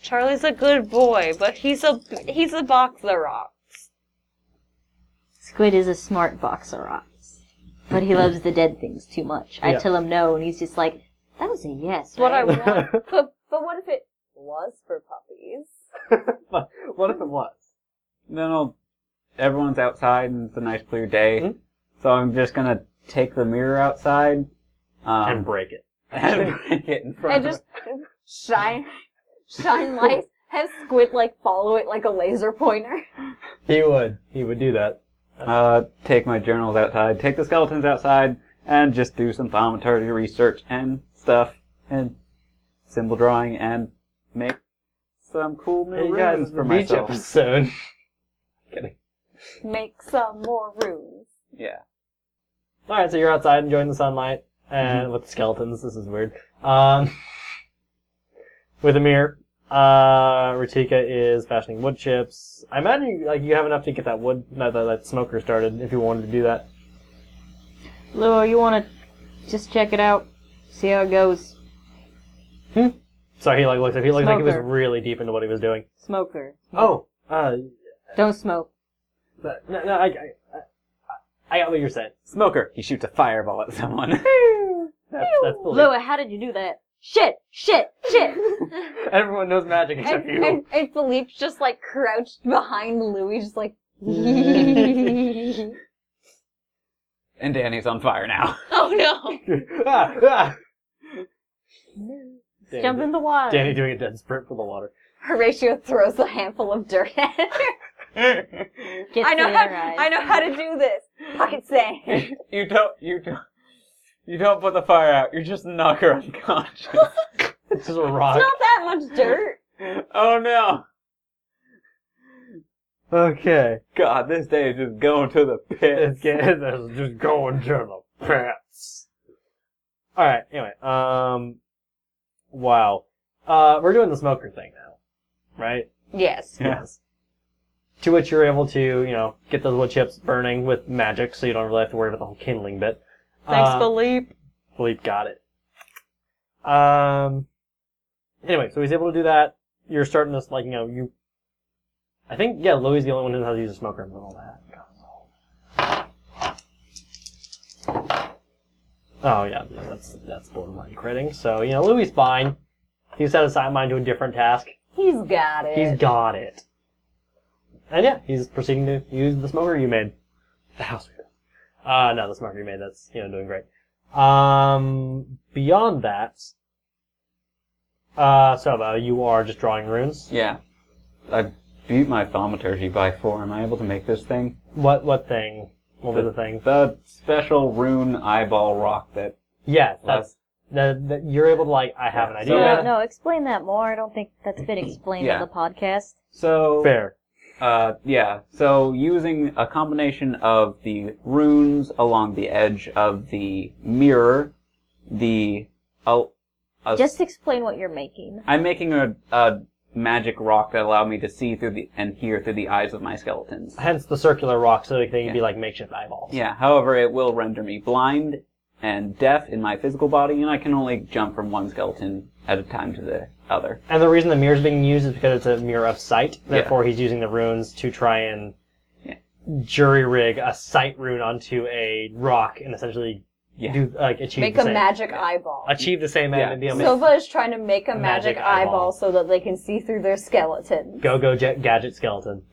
S2: Charlie's a good boy, but he's a he's a boxer rock.
S4: Squid is a smart boxer rocks, but he loves the dead things too much. I
S5: Yeah.
S4: tell him no, and he's just like, "That was a yes."
S3: What I
S4: right?"
S3: want. *laughs* but, but what if it was for puppies?
S5: But *laughs* what if it was?
S1: Then I'll everyone's outside and it's a nice clear day,
S5: Mhm.
S1: so I'm just gonna take the mirror outside um,
S5: and break it.
S1: *laughs* and break it in front
S3: and
S1: of
S3: just shine shine lights have squid like follow it like a laser pointer
S5: He would. He would do that.
S1: uh, take my journals outside, take the skeletons outside, and just do some thaumaturgy research and stuff, and symbol drawing, and make some cool new
S5: Hey guys,
S1: runes
S5: it's
S1: for
S5: the beach
S1: myself.
S5: *laughs* episode. Kidding.
S3: make some more runes
S1: Yeah.
S5: All right, so you're outside enjoying the sunlight and with the skeletons. This is weird. Um, *laughs* with Amir, uh, Ratika is fashioning wood chips. I imagine you, like you have enough to get that wood that, that, that smoker started if you wanted to do that.
S4: Lou, you want to just check it out, see how it goes?
S5: So he like looks like he looks like he was
S4: Smoker.
S5: really deep into what he was doing.
S4: Smoker,
S5: Oh, uh,
S4: don't smoke.
S5: no, no, I, I, I, I got what you're saying.
S1: *laughs* Smoker. He shoots a fireball at someone.
S5: That's, that's belief.
S4: Loa, how did you do that? Shit! Shit!
S1: *laughs*
S4: Shit!
S5: Everyone knows magic except
S3: And,
S5: you.
S3: and, and Philippe's just like crouched behind Louis,
S1: *laughs*
S3: just like.
S1: Oh, And Danny's on fire
S5: *laughs*
S1: now.
S2: Oh no!
S5: ah, ah. Danny,
S4: Jump in the water.
S5: Danny doing a dead sprint for the water.
S3: Horatio throws a handful of dirt at her.
S4: Get
S3: I know how.
S4: sanitized.
S3: I know how to do this. Pocket sand.
S1: *laughs* you don't. You don't. You don't put the fire out. You just knock her
S5: *laughs*
S1: unconscious.
S5: This is a rock.
S3: Not that much dirt.
S1: oh no!
S5: Okay.
S1: God, this day is just going to the pit.
S5: It's get- *laughs* it's just going to the pits. All right. Anyway, um, wow. Uh, we're doing the smoker thing now, right?
S2: *laughs*
S3: Yes.
S1: Yes.
S5: To which you're able to, you know, get those wood chips burning with magic, so you don't really have to worry about the whole kindling bit.
S2: Thanks,
S5: Uh,
S2: Philippe.
S5: Philippe got it. Um. Anyway, so he's able to do that. You're starting this, like, you know, you. I think, yeah, Louis is the only one who knows how to use a smoker and all that. Oh, yeah, yeah, that's that's borderline critting. So, you know, Louis is fine. He set his mind to a different task.
S3: He's got it.
S5: He's got it. And yeah, he's proceeding to use the smoker you made. The house we built. Uh, no, the smoker you made, that's, you know, doing great. Um, beyond that, uh, Sova, you are just drawing runes.
S1: Yeah. I beat my thaumaturgy by four. Am I able to make this thing?
S5: What, what thing? What was the thing?
S1: The special rune eyeball rock that
S5: Yeah,
S1: last.
S5: that's, that, that you're able to, like, I have an idea.
S1: Yeah.
S4: No, no, explain that more. I don't think that's been explained
S1: Yeah.
S4: on the podcast.
S1: So
S5: Fair.
S1: Uh, yeah. So using a combination of the runes along the edge of the mirror, the oh, a-
S4: Just explain what you're making.
S1: I'm making a, a magic rock that allow me to see through the and hear through the eyes of my skeletons.
S5: Hence the circular rock, so they can
S1: Yeah.
S5: be, like, makeshift eyeballs.
S1: Yeah. However, it will render me blind and deaf in my physical body, and I can only jump from one skeleton at a time to the other.
S5: And the reason the mirror's being used is because it's a mirror of sight.
S1: Yeah.
S5: Therefore, he's using the runes to try and
S1: Yeah.
S5: jury rig a sight rune onto a rock and essentially
S1: Yeah.
S5: do like achieve
S3: Make
S5: the
S3: a
S5: same.
S3: magic eyeball.
S5: achieve the same
S1: Yeah.
S5: end and be a
S3: Silva is trying to make a magic,
S5: magic eyeball.
S3: eyeball. so that they can see through their skeleton.
S5: go go gadget skeleton.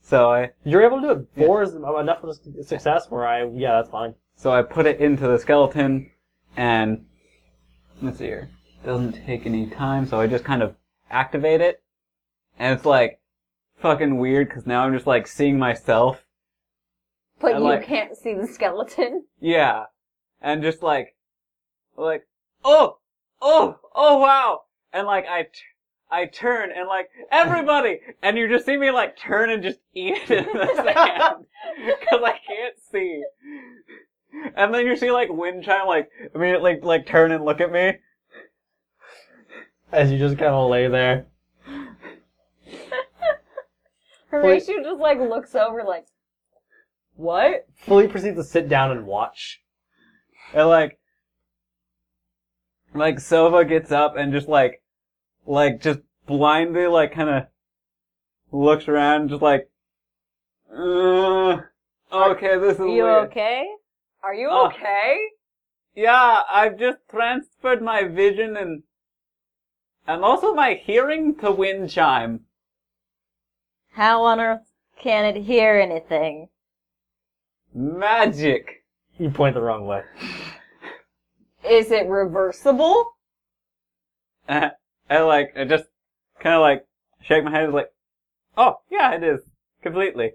S1: So I
S5: You're able to do it. Four is enough of a su- success where I yeah that's fine.
S1: So I put it into the skeleton, and let's see here. Doesn't take any time, so I just kind of activate it, and it's like fucking weird because now I'm just like seeing myself.
S3: But
S1: I
S3: you
S1: like-
S3: can't see the skeleton.
S1: Yeah, and just like, like oh, oh, oh wow, and like I, t- I turn and like everybody, and you just see me like turn and just eat *laughs* it in the sand because I can't see. And then you see like wind chime like immediately like turn and look at me.
S5: As you just kind of lay there.
S3: Horatio just like looks over, like, what?
S5: Fully proceeds to sit down and watch.
S1: And like, like Silva gets up and just like, like just blindly like kind of looks around, just like, "Uh, okay, this is
S3: You
S1: weird.
S3: okay? Are you
S1: Oh.
S3: okay?
S1: Yeah, I've just transferred my vision and and also my hearing to wind chime.
S4: How on earth can it hear anything?
S1: Magic. *laughs*
S5: You point the wrong way.
S3: Is it reversible?
S1: And I like, I just kind of like shake my head, like, oh yeah, it is completely.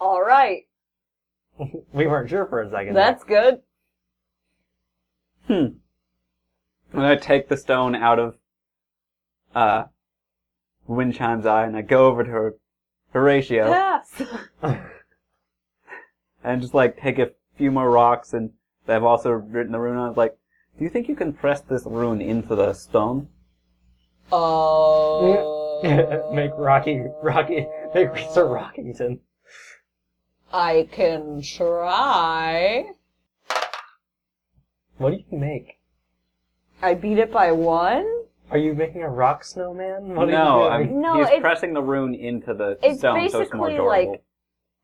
S3: All right,
S5: We weren't sure for a second. there.
S3: that's good.
S1: And I take the stone out of uh Wind Chime's eye and I go over to her Horatio
S3: Pass.
S1: and just like take a few more rocks and that I've also written the rune on like, Do you think you can press this rune into the stone?
S2: Oh.
S5: *laughs* make Rocky Rocky make Sir Rockington.
S2: I can try.
S5: What do you make?
S3: I beat it by one.
S5: Are you making a rock snowman? *laughs* What
S1: no,
S5: are you doing?
S1: I'm,
S3: No,
S1: he's
S3: it's-
S1: pressing the rune into the
S3: It's
S1: stone so it's more
S3: basically like-
S1: durable.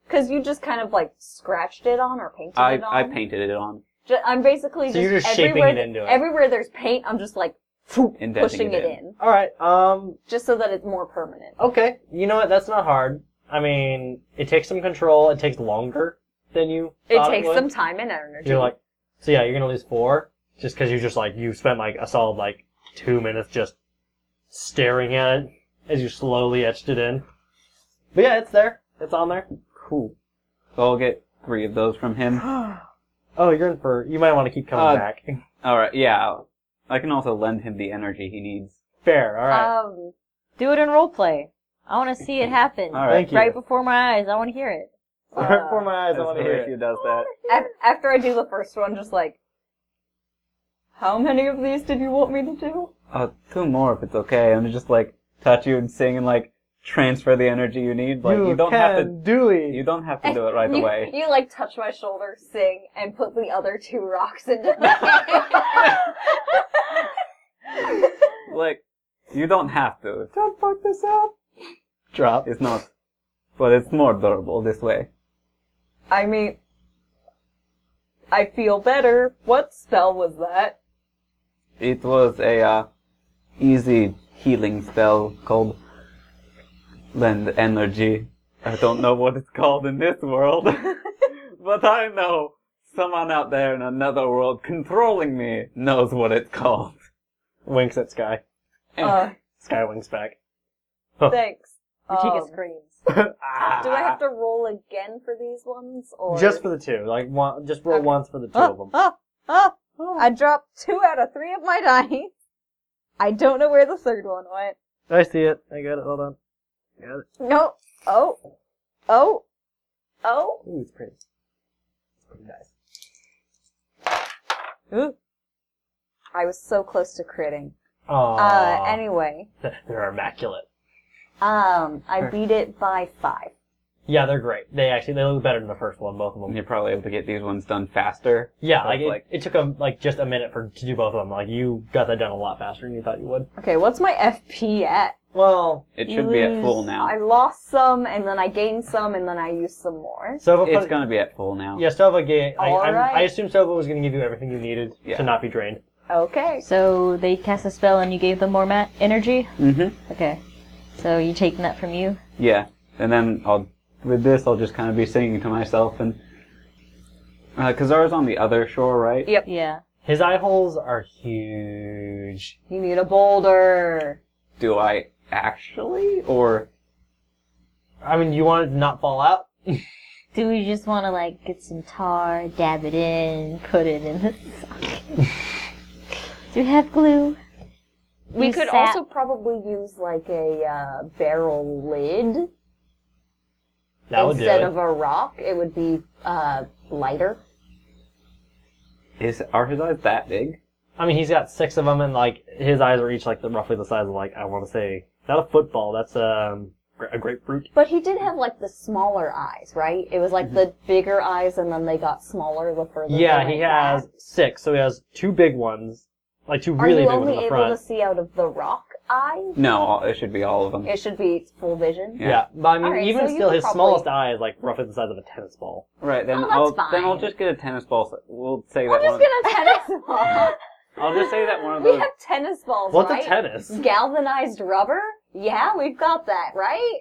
S3: Cause you just kind of like scratched it on or painted
S1: I,
S3: it on.
S1: I painted it on.
S3: Ju- I'm basically
S5: So you're just shaping
S3: everywhere,
S5: it into it.
S3: everywhere there's paint, I'm just like phoop,
S1: Indenting
S3: pushing
S1: it
S3: it,
S1: in.
S3: in.
S5: All right. Um.
S3: just so that it's more permanent.
S5: Okay. You know what? That's not hard. I mean, it takes some control. It takes longer than you.
S3: It
S5: thought
S3: takes
S5: would.
S3: some time and energy.
S5: You're like, so yeah, you're gonna lose four just because you just like you spent like a solid like two minutes just staring at it as you slowly etched it in. But yeah, it's there. It's on there. Cool.
S1: So I'll get three of those from
S3: *gasps*
S1: him.
S5: Oh, you're in for. You might want to keep coming
S1: Uh,
S5: back. *laughs*
S1: All right, yeah. I'll- I can also lend him the energy he needs.
S5: Fair. All right.
S4: Um, do it in role play. I want to see it happen.
S1: All right.
S5: Thank you.
S4: Right before my eyes, I want to hear it.
S5: Right
S3: uh,
S5: *laughs* before my eyes, I
S1: That's
S5: want to hear
S1: Horatio
S5: it.
S1: does that.
S3: Af- after I do the first one, just like, how many of these did you want me to do?
S1: Uh, two more if it's okay. And just like touch you and sing and like transfer the energy you need. Like you, don't
S5: can
S1: have to.
S5: do it.
S1: You don't have to do it right
S3: *laughs* you,
S1: away.
S3: You like touch my shoulder, sing, and put the other two rocks into my
S5: *laughs*
S3: hand.
S1: Like you don't have to.
S5: Don't fuck this up. Drop.
S1: It's not. But it's more durable this way.
S3: I mean, I feel better. What spell was that?
S1: It was a uh, easy healing spell called Lend Energy. I don't know what it's called in this world, *laughs* but I know someone out there in another world controlling me knows what it's called.
S5: Winks at Sky.
S1: *laughs*
S3: Uh,
S5: Sky winks back.
S3: thanks.
S4: Ratika
S3: Um,
S4: screams.
S1: Ah.
S3: do I have to roll again for these ones, or
S5: Just for the two, like one, just roll
S3: Okay.
S5: once for the two
S3: Ah,
S5: of them.
S3: ah, ah. I dropped two out of three of my dice. *laughs* I don't know where the third one went.
S5: I see it. I got it. Hold on. Got it.
S3: No. Oh. Oh. Oh.
S5: Ooh, it's pretty. It's pretty nice.
S3: I was so close to critting.
S5: Aww.
S3: Uh, anyway,
S5: they're immaculate.
S3: um, I beat it by five.
S5: Yeah, they're great. They actually they look better than the first one, both of them.
S1: You're probably able to get these ones done faster.
S5: Yeah,
S1: So
S5: like,
S1: it's
S5: it, it took them like just a minute for to do both of them. Like you got that done a lot faster than you thought you would.
S3: Okay, what's my FP at?
S5: Well,
S1: it
S3: You
S1: should be at
S3: lose-
S1: full now.
S3: I lost some, and then I gained some, and then I used some more.
S5: Sova.
S1: It's
S5: put-
S1: gonna be at full now.
S5: yeah, Sova gave. I,
S3: All
S5: I'm-
S3: right.
S5: I assume Sova was going to give you everything you needed
S1: Yeah.
S5: to not be drained.
S3: Okay.
S4: So they cast a spell and you gave them more ma- energy?
S1: hmm
S4: Okay. So you taking that from you?
S1: Yeah, and then I'll with this I'll just kind of be singing to myself and because I was on the other shore, right?
S3: Yep.
S4: Yeah.
S5: His eye holes are huge.
S3: You need a boulder.
S1: Do I actually or
S5: I mean, you want it to not fall out?
S4: Do we just want to like get some tar, dab it in, put it in the socket? Do we have glue?
S3: We
S4: You
S3: could
S4: sat-
S3: also probably use like a uh, barrel lid
S5: That would do
S3: instead
S5: it.
S3: of a rock. It would be uh, lighter.
S1: is are his eyes that big?
S5: I mean, he's got six of them, and like his eyes are each like the, roughly the size of like I want to say not a football. That's um gra- a grapefruit.
S3: But he did have like the smaller eyes, right? It was like the bigger eyes, and then they got smaller the further.
S5: Yeah,
S3: they
S5: he
S3: went back.
S5: has six. So he has two big ones, like two
S3: Are
S5: really
S3: you
S5: big ones
S3: only
S5: in the
S3: able
S5: front.
S3: to see out of the rock eye?
S1: No, all- it should be all of them.
S3: It should be full vision.
S5: yeah. but I mean,
S3: Alright,
S5: even
S3: so you
S5: still,
S3: could
S5: his
S3: probably-
S5: smallest eye is like roughly the size of a tennis ball.
S1: Right then
S3: Oh, that's
S1: I'll then I'll
S3: fine.
S1: just get a tennis ball. So we'll say
S3: I'm
S1: that
S3: just
S1: one.
S3: gonna tennis
S1: *laughs*
S3: ball.
S1: I'll just say that one of
S3: *laughs* we
S1: those.
S3: have tennis balls,
S5: What's
S3: right? *laughs*
S5: a tennis? *laughs*
S3: Galvanized rubber? Yeah, we've got that, right?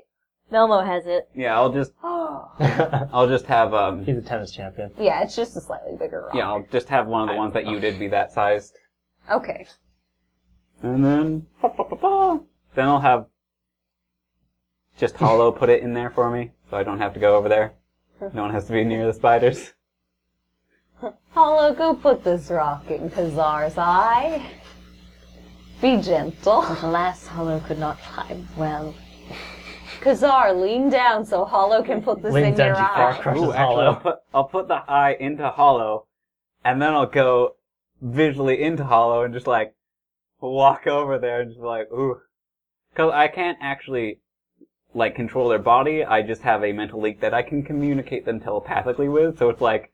S4: Melmo has it.
S1: Yeah, I'll just I'll just have um.
S5: he's a tennis champion.
S3: yeah, it's just a slightly bigger rock.
S1: Yeah, I'll just have one of the ones that you did be that size,
S3: Okay.
S1: and then then I'll have just Hollow put it in there for me, so I don't have to go over there. No one has to be near the spiders.
S3: Hollow, go put this rock in Kazar's eye. Be gentle.
S4: Alas, Hollow could not climb well.
S3: Kazar, lean down so Hollow can put this
S5: Leans
S3: in
S5: down
S3: your
S5: too far,
S3: eye.
S5: crushes
S1: Ooh, actually, I'll
S5: hollow.
S1: put, I'll put the eye into Hollow, and then I'll go visually into Hollow and just like walk over there and just like ooh, because I can't actually like control their body. I just have a mental link that I can communicate them telepathically with. So it's like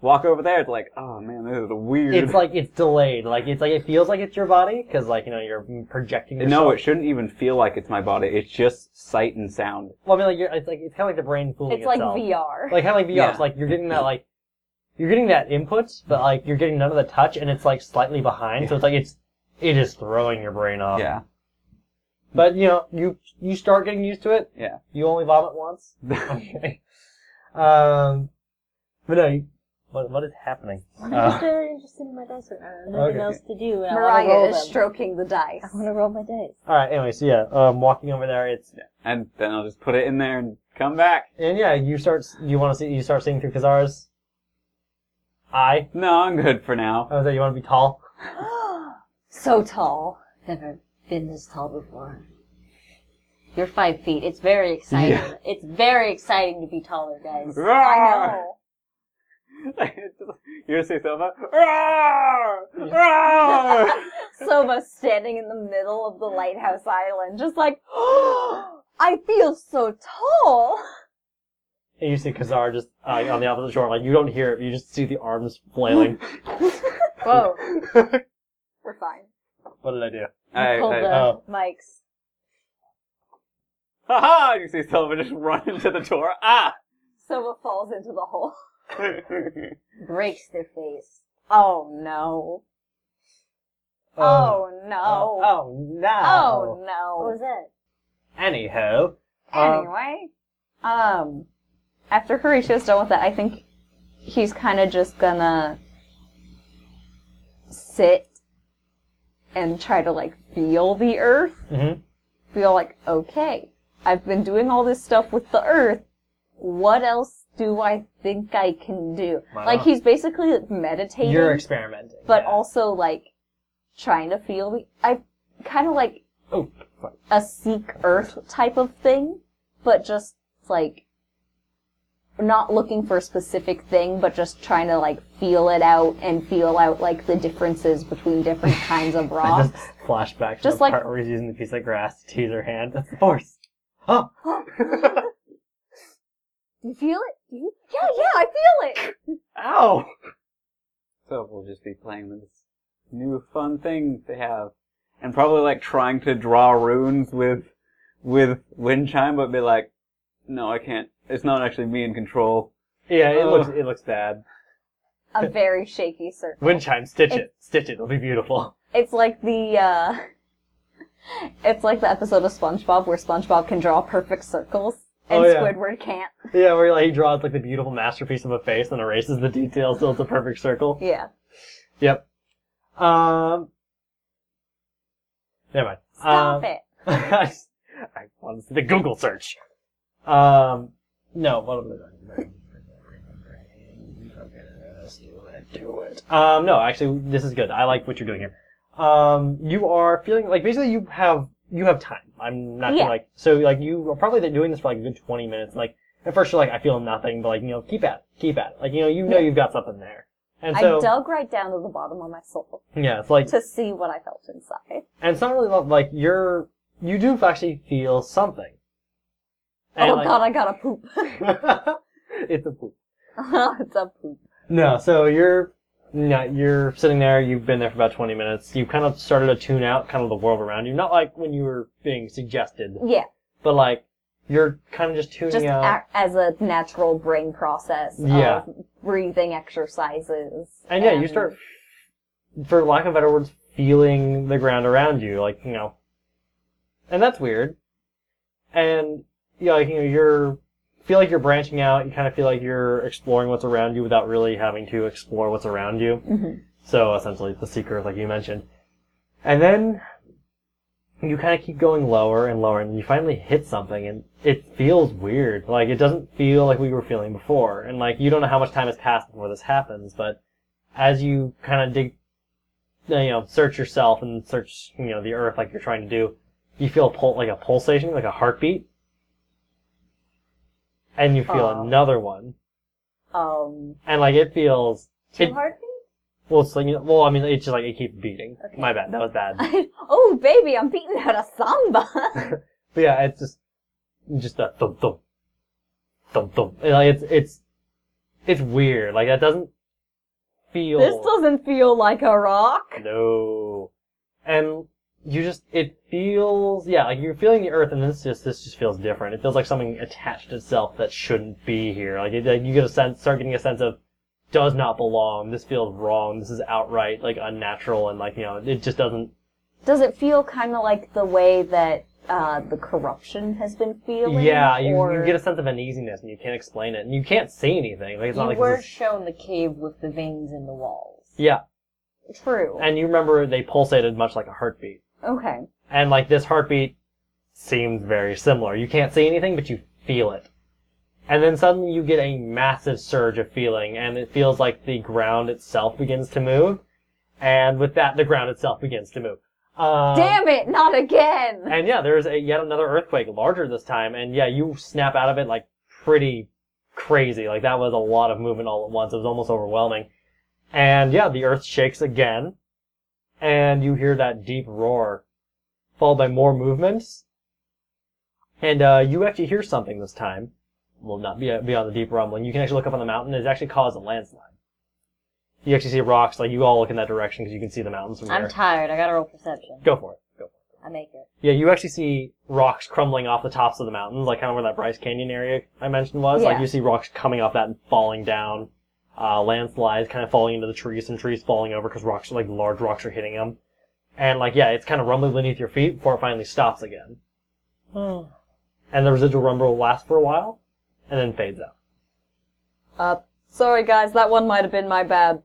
S1: walk over there. It's like oh man, this is weird.
S5: It's like it's delayed. Like it's like it feels like it's your body because like you know you're projecting. Yourself.
S1: no, it shouldn't even feel like it's my body. It's just sight and sound.
S5: Well, I mean, *laughs* like you're, it's like it's kind of like the brain fooling
S3: It's like
S5: itself.
S3: VR.
S5: Like how like VR,
S1: Yeah.
S5: it's like you're getting that like you're getting that input, but like you're getting none of the touch, and it's like slightly behind, so it's like it's it is throwing your brain off.
S1: Yeah.
S5: But you know, you you start getting used to it.
S1: Yeah.
S5: You only
S1: *laughs*
S5: vomit once. okay. Um, but no, you, what what is happening?
S6: I'm
S5: Uh,
S6: just very interested in my dice right now. I have nothing
S5: Okay.
S6: else to do. And I want
S3: Mariah is
S6: to roll them.
S3: stroking the dice.
S6: I want to roll my dice.
S5: all right. Anyway, so yeah, um, walking over there, it's
S1: And then I'll just put it in there and come back.
S5: and yeah, you start you want to see you start seeing through Kazar's eye.
S1: No, I'm good for now. *laughs*
S5: I was like, you want to be tall.
S4: So tall. Never been this tall before. You're five feet. It's very exciting.
S1: Yeah.
S4: It's very exciting to be taller,
S1: *laughs*
S4: guys.
S1: Roar! you say something?
S5: *laughs*
S1: Roar! Roar!
S3: Soba standing in the middle of the lighthouse island, just like, I feel so tall.
S5: And you see Kazar just uh, on the opposite shore. Like you don't hear it, you just see the arms flailing.
S3: Whoa.
S1: *laughs*
S3: We're fine.
S5: *laughs* what did I do?
S1: I,
S4: pulled
S1: I,
S4: the-
S5: Oh,
S3: Mike's.
S1: ha ha! You see Silva just run into the door.
S5: *laughs*
S1: Ah!
S3: Soba falls into the hole.
S4: Breaks their face.
S3: Oh no. Oh no.
S5: oh no.
S3: Oh
S6: What
S3: no.
S6: was that?
S5: Anyhow, um,
S3: *laughs* Anyway, um, after Horatio's done with that, I think he's kind of just gonna sit and try to like feel the earth.
S5: Mhm.
S3: Feel like, okay, I've been doing all this stuff with the earth. What else do I think I can do?
S5: Wow.
S3: Like he's basically meditating
S5: mm-hmm, you're experimenting,
S3: but
S5: yeah.
S3: also like trying to feel the I kind of like
S5: Oh, fuck.
S3: a seek earth type of thing, but just like not looking for a specific thing, but just trying to like feel it out and feel out like the differences between different kinds of
S5: *laughs* I
S3: rocks.
S5: just flashback to
S3: Just
S5: the
S3: like-
S5: part where he's using the piece of grass to tease her hand. That's the force. Huh?
S3: Do you feel it? Do you? Yeah, yeah, I feel it.
S5: Ow!
S1: So we'll just be playing with this new fun thing they have, and probably like trying to draw runes with with wind chime, but be like, no, I can't. It's not actually me in control.
S5: Yeah, it
S1: Oh.
S5: looks it looks bad. *laughs*
S3: A very shaky circle.
S5: Wind chime, stitch it, stitch it. It'll be beautiful.
S3: It's like the uh *laughs* it's like the episode of SpongeBob where SpongeBob can draw perfect circles and
S5: Oh, yeah.
S3: Squidward can't.
S5: Yeah, where like he draws like the beautiful masterpiece of a face and erases the details till it's a perfect circle.
S3: Yeah.
S5: Yep. Um. Never mind.
S3: Stop
S5: Um,
S3: it.
S5: *laughs* I want to see the Google search. Um, no, what am I doing? Let's do it, do it. Um, no, actually, this is good. I like what you're doing here. Um, you are feeling like basically you have you have time. I'm not
S3: Yeah.
S5: like so like you are probably doing this for like a good 20 minutes. Like at first you're like I feel nothing, but like you know keep at it, keep at it. Like you know you know you've got something there. And
S3: I
S5: so
S3: dug right down to the bottom of my soul
S5: yeah, it's like
S3: to see what I felt inside.
S5: and it's not really about, like you're you do actually feel something. And,
S3: oh
S5: like,
S3: god, I got a poop. *laughs*
S5: *laughs* it's a poop.
S3: it's a poop.
S5: No, so you're no, you're sitting there. You've been there for about twenty minutes. You've kind of started to tune out kind of the world around you. Not like when you were being suggested,
S3: Yeah, *laughs*
S5: but like you're kind of just tuning
S3: just
S5: out.
S3: act as a natural brain process
S5: Yeah.
S3: of breathing exercises.
S5: and yeah, you start, for lack of better words, feeling the ground around you, like you know, and that's weird. And yeah, like, you know, you're feel like you're branching out. You kind of feel like you're exploring what's around you without really having to explore what's around you.
S3: Mhm.
S5: So essentially, the seeker, like you mentioned, and then you kind of keep going lower and lower, and you finally hit something, and it feels weird. Like it doesn't feel like we were feeling before, and like you don't know how much time has passed before this happens, but as you kind of dig, you know, search yourself and search, you know, the earth like you're trying to do, you feel a pul- like a pulsation, like a heartbeat, and you feel
S3: Aw.
S5: another one,
S3: um
S5: and like it feels.
S3: two
S5: it-
S3: heartbeats?
S5: well, it's like, you know- well, I mean, it's just like it keeps beating. My bad, that was bad.
S3: *laughs* oh baby, I'm beating out a samba. *laughs*
S5: But yeah, it's just just that thump thump thump thump. And, Like it's it's it's weird. Like that doesn't feel
S3: this doesn't feel like a rock.
S5: no. And you just it feels yeah like you're feeling the earth, and this just this just feels different. It feels like something attached itself that shouldn't be here. Like, it, like you get a sense, start getting a sense of does not belong. This feels wrong. This is outright like unnatural and like you know it just doesn't.
S4: Does it feel kind of like the way that uh, the corruption has been feeling?
S5: yeah, you,
S4: or
S5: you get a sense of uneasiness and you can't explain it and you can't say anything. Like it's not
S4: You
S5: like
S4: were
S5: this is-
S4: shown the cave with the veins in the walls.
S5: yeah,
S4: True.
S5: and you remember they pulsated much like a heartbeat.
S4: Okay.
S5: and like this heartbeat seems very similar. You can't see anything, but you feel it. And then suddenly you get a massive surge of feeling, and it feels like the ground itself begins to move. And with that, the ground itself begins to move. Uh,
S7: Damn it, not again!
S5: And yeah, there's a yet another earthquake, larger this time, and yeah, you snap out of it like pretty crazy. Like that was a lot of movement all at once. It was almost overwhelming. And yeah, the earth shakes again, and you hear that deep roar, followed by more movements. And uh, you actually hear something this time. Will not be beyond the deep rumbling. You can actually look up on the mountain. It's actually caused a landslide. You actually see rocks. Like you all look in that direction because you can see the mountains from
S4: I'm
S5: there.
S4: tired. I gotta roll perception.
S5: Go for it. Go. for it.
S4: I make it.
S5: Yeah, you actually see rocks crumbling off the tops of the mountains, like kind of where that Bryce Canyon area I mentioned was. Like
S4: Yeah.
S5: you see rocks coming off that and falling down, uh, landslides kind of falling into the trees, some trees falling over because rocks, like large rocks, are hitting them. And like yeah, it's kind of rumbling beneath your feet before it finally stops again.
S4: Hmm.
S5: And the residual rumble lasts for a while, and then fades out. *laughs*
S7: Uh, sorry guys, that one might have been my bad.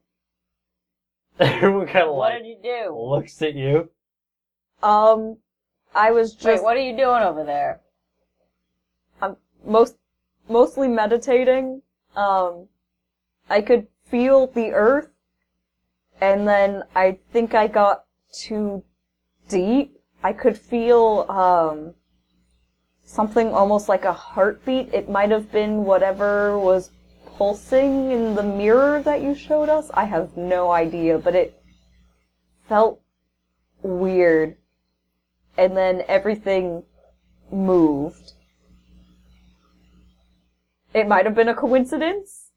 S5: Everyone kind of
S4: What
S5: like
S4: did you do?
S5: looks at you.
S7: Um, I was just
S4: Wait, what are you doing over there?
S7: most mostly meditating. Um, I could feel the earth, and then I think I got too deep. I could feel um, something almost like a heartbeat. It might have been whatever was pulsing in the mirror that you showed us. I have no idea, but it felt weird. And then everything moved. It might have been a coincidence.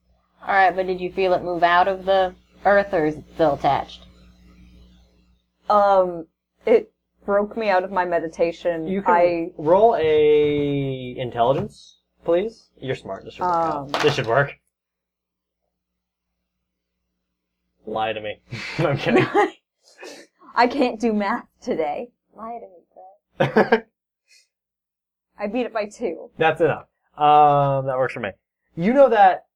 S4: All right, but did you feel it move out of the earth, or is it still attached?
S7: Um, it broke me out of my meditation.
S5: You can
S7: I
S5: roll a intelligence, please. You're smart. This should work. out.
S7: Um.
S5: This should work. Lie to me. *laughs* I'm
S7: *laughs*
S5: kidding.
S7: I can't do math today.
S8: Lie to me, Brad.
S7: I beat it by two.
S5: That's enough. Um, that works for me. You know that,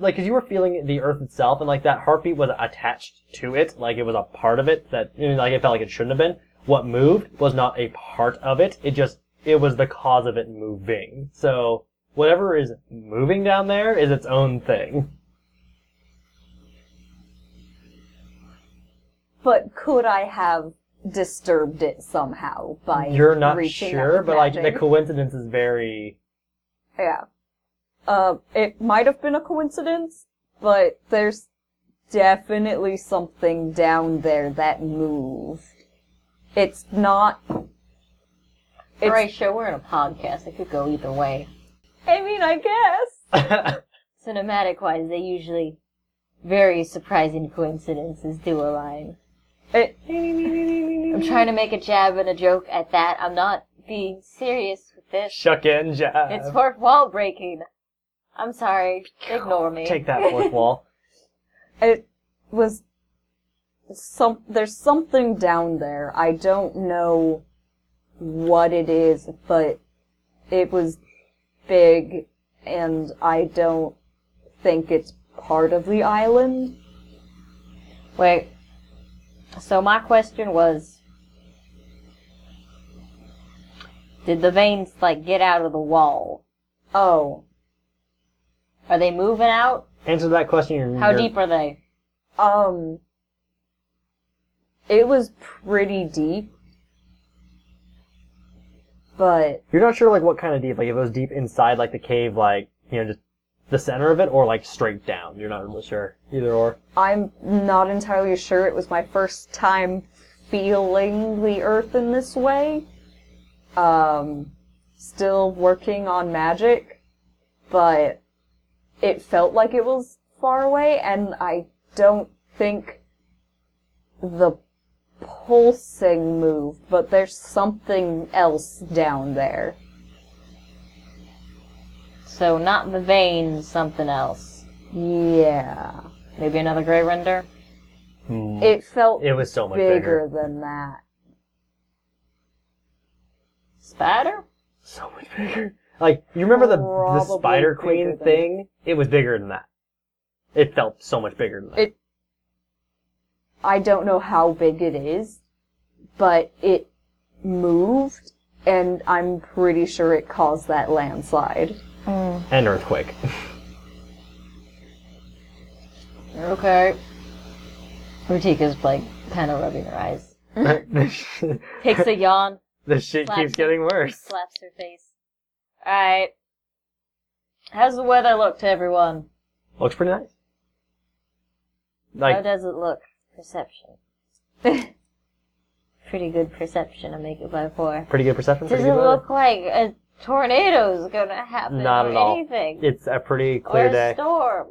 S5: like, 'cause you were feeling the earth itself, and like that heartbeat was attached to it, like it was a part of it that, you know, like it felt like it shouldn't have been. What moved was not a part of it. It just, it was the cause of it moving. So whatever is moving down there is its own thing.
S7: But could I have disturbed it somehow by
S5: You're not
S7: reaching out
S5: sure,
S7: and
S5: but like the
S7: matching?
S5: coincidence is very. *laughs*
S7: yeah. Uh, it might have been a coincidence, but there's definitely something down there that moved. It's not. It's,
S4: Horatio, we're in a podcast. It could go either way.
S7: I mean, I guess.
S4: Cinematic-wise, they usually very surprising coincidences do align.
S7: It,
S4: I'm trying to make a jab and a joke at that. I'm not being serious with this.
S5: Shuck in, jab.
S4: It's fourth wall breaking. I'm sorry. Ignore me.
S5: Take that fourth wall.
S7: it was some there's something down there i don't know what it is but it was big and i don't think it's part of the island
S4: Wait. So my question was Did the veins like get out of the wall?
S7: oh
S4: Are they moving out?
S5: Answer that question. You're,
S4: How
S5: you're-
S4: deep are they?
S7: um it was pretty deep but
S5: You're not sure like what kind of deep. Like if it was deep inside like the cave, like you know just the center of it, or like straight down. You're not really sure either or.
S7: I'm not entirely sure. It was my first time feeling the earth in this way. Um, still working on magic, but it felt like it was far away, and I don't think the pulsing moved, but there's something else down there.
S4: So not the veins, something else.
S7: Yeah.
S4: Maybe another gray render?
S5: Hmm.
S7: It felt
S5: It was so much bigger.
S7: bigger, than that.
S4: Spider?
S5: So much bigger. Like, you remember the, the
S7: Probably
S5: Spider
S7: bigger
S5: Queen
S7: than-
S5: thing? It was bigger than that. It felt so much bigger than that.
S7: It- I don't know how big it is, but it moved, and I'm pretty sure it caused that landslide.
S4: *laughs*
S5: and Earthquake. *laughs*
S4: Okay. Rutika's like kind of rubbing her eyes.
S5: *laughs*
S4: Takes
S5: the
S4: a yawn,
S5: shit
S4: Slap.
S5: keeps getting worse.
S4: slaps her face. Alright. How's the weather look to everyone?
S5: Looks pretty nice.
S4: How
S5: Like,
S4: does it look? Perception. *laughs* Pretty good perception to make it by four.
S5: pretty good perception.
S4: Does
S5: Pretty
S4: it
S5: good weather.
S4: look like a tornado's gonna happen
S5: Not
S4: or
S5: at all.
S4: anything?
S5: It's a pretty
S4: or
S5: clear
S4: a
S5: day.
S4: storm?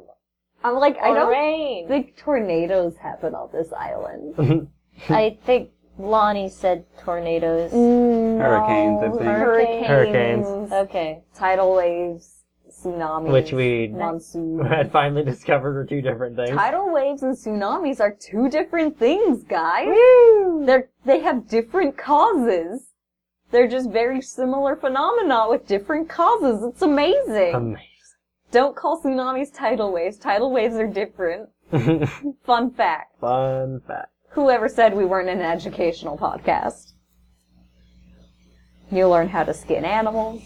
S7: I'm like, I
S4: or
S7: don't
S4: rain?
S7: think tornadoes happen on this island.
S4: I think Lonnie said tornadoes.
S7: Mm.
S1: Mm, Hurricanes,
S7: Oh,
S1: I think.
S7: Hurricanes,
S5: Hurricanes.
S4: Okay.
S7: tidal waves, tsunamis,
S5: Which we- *laughs*
S7: monsoon.
S5: I finally discovered were two different things.
S7: Tidal waves and tsunamis are two different things, guys. They're they have different causes. They're just very similar phenomena with different causes. It's amazing.
S5: Amazing.
S7: Don't call tsunamis tidal waves. Tidal waves are different. Fun fact.
S5: Fun fact.
S7: Whoever said we weren't an educational podcast? You learn how to skin animals.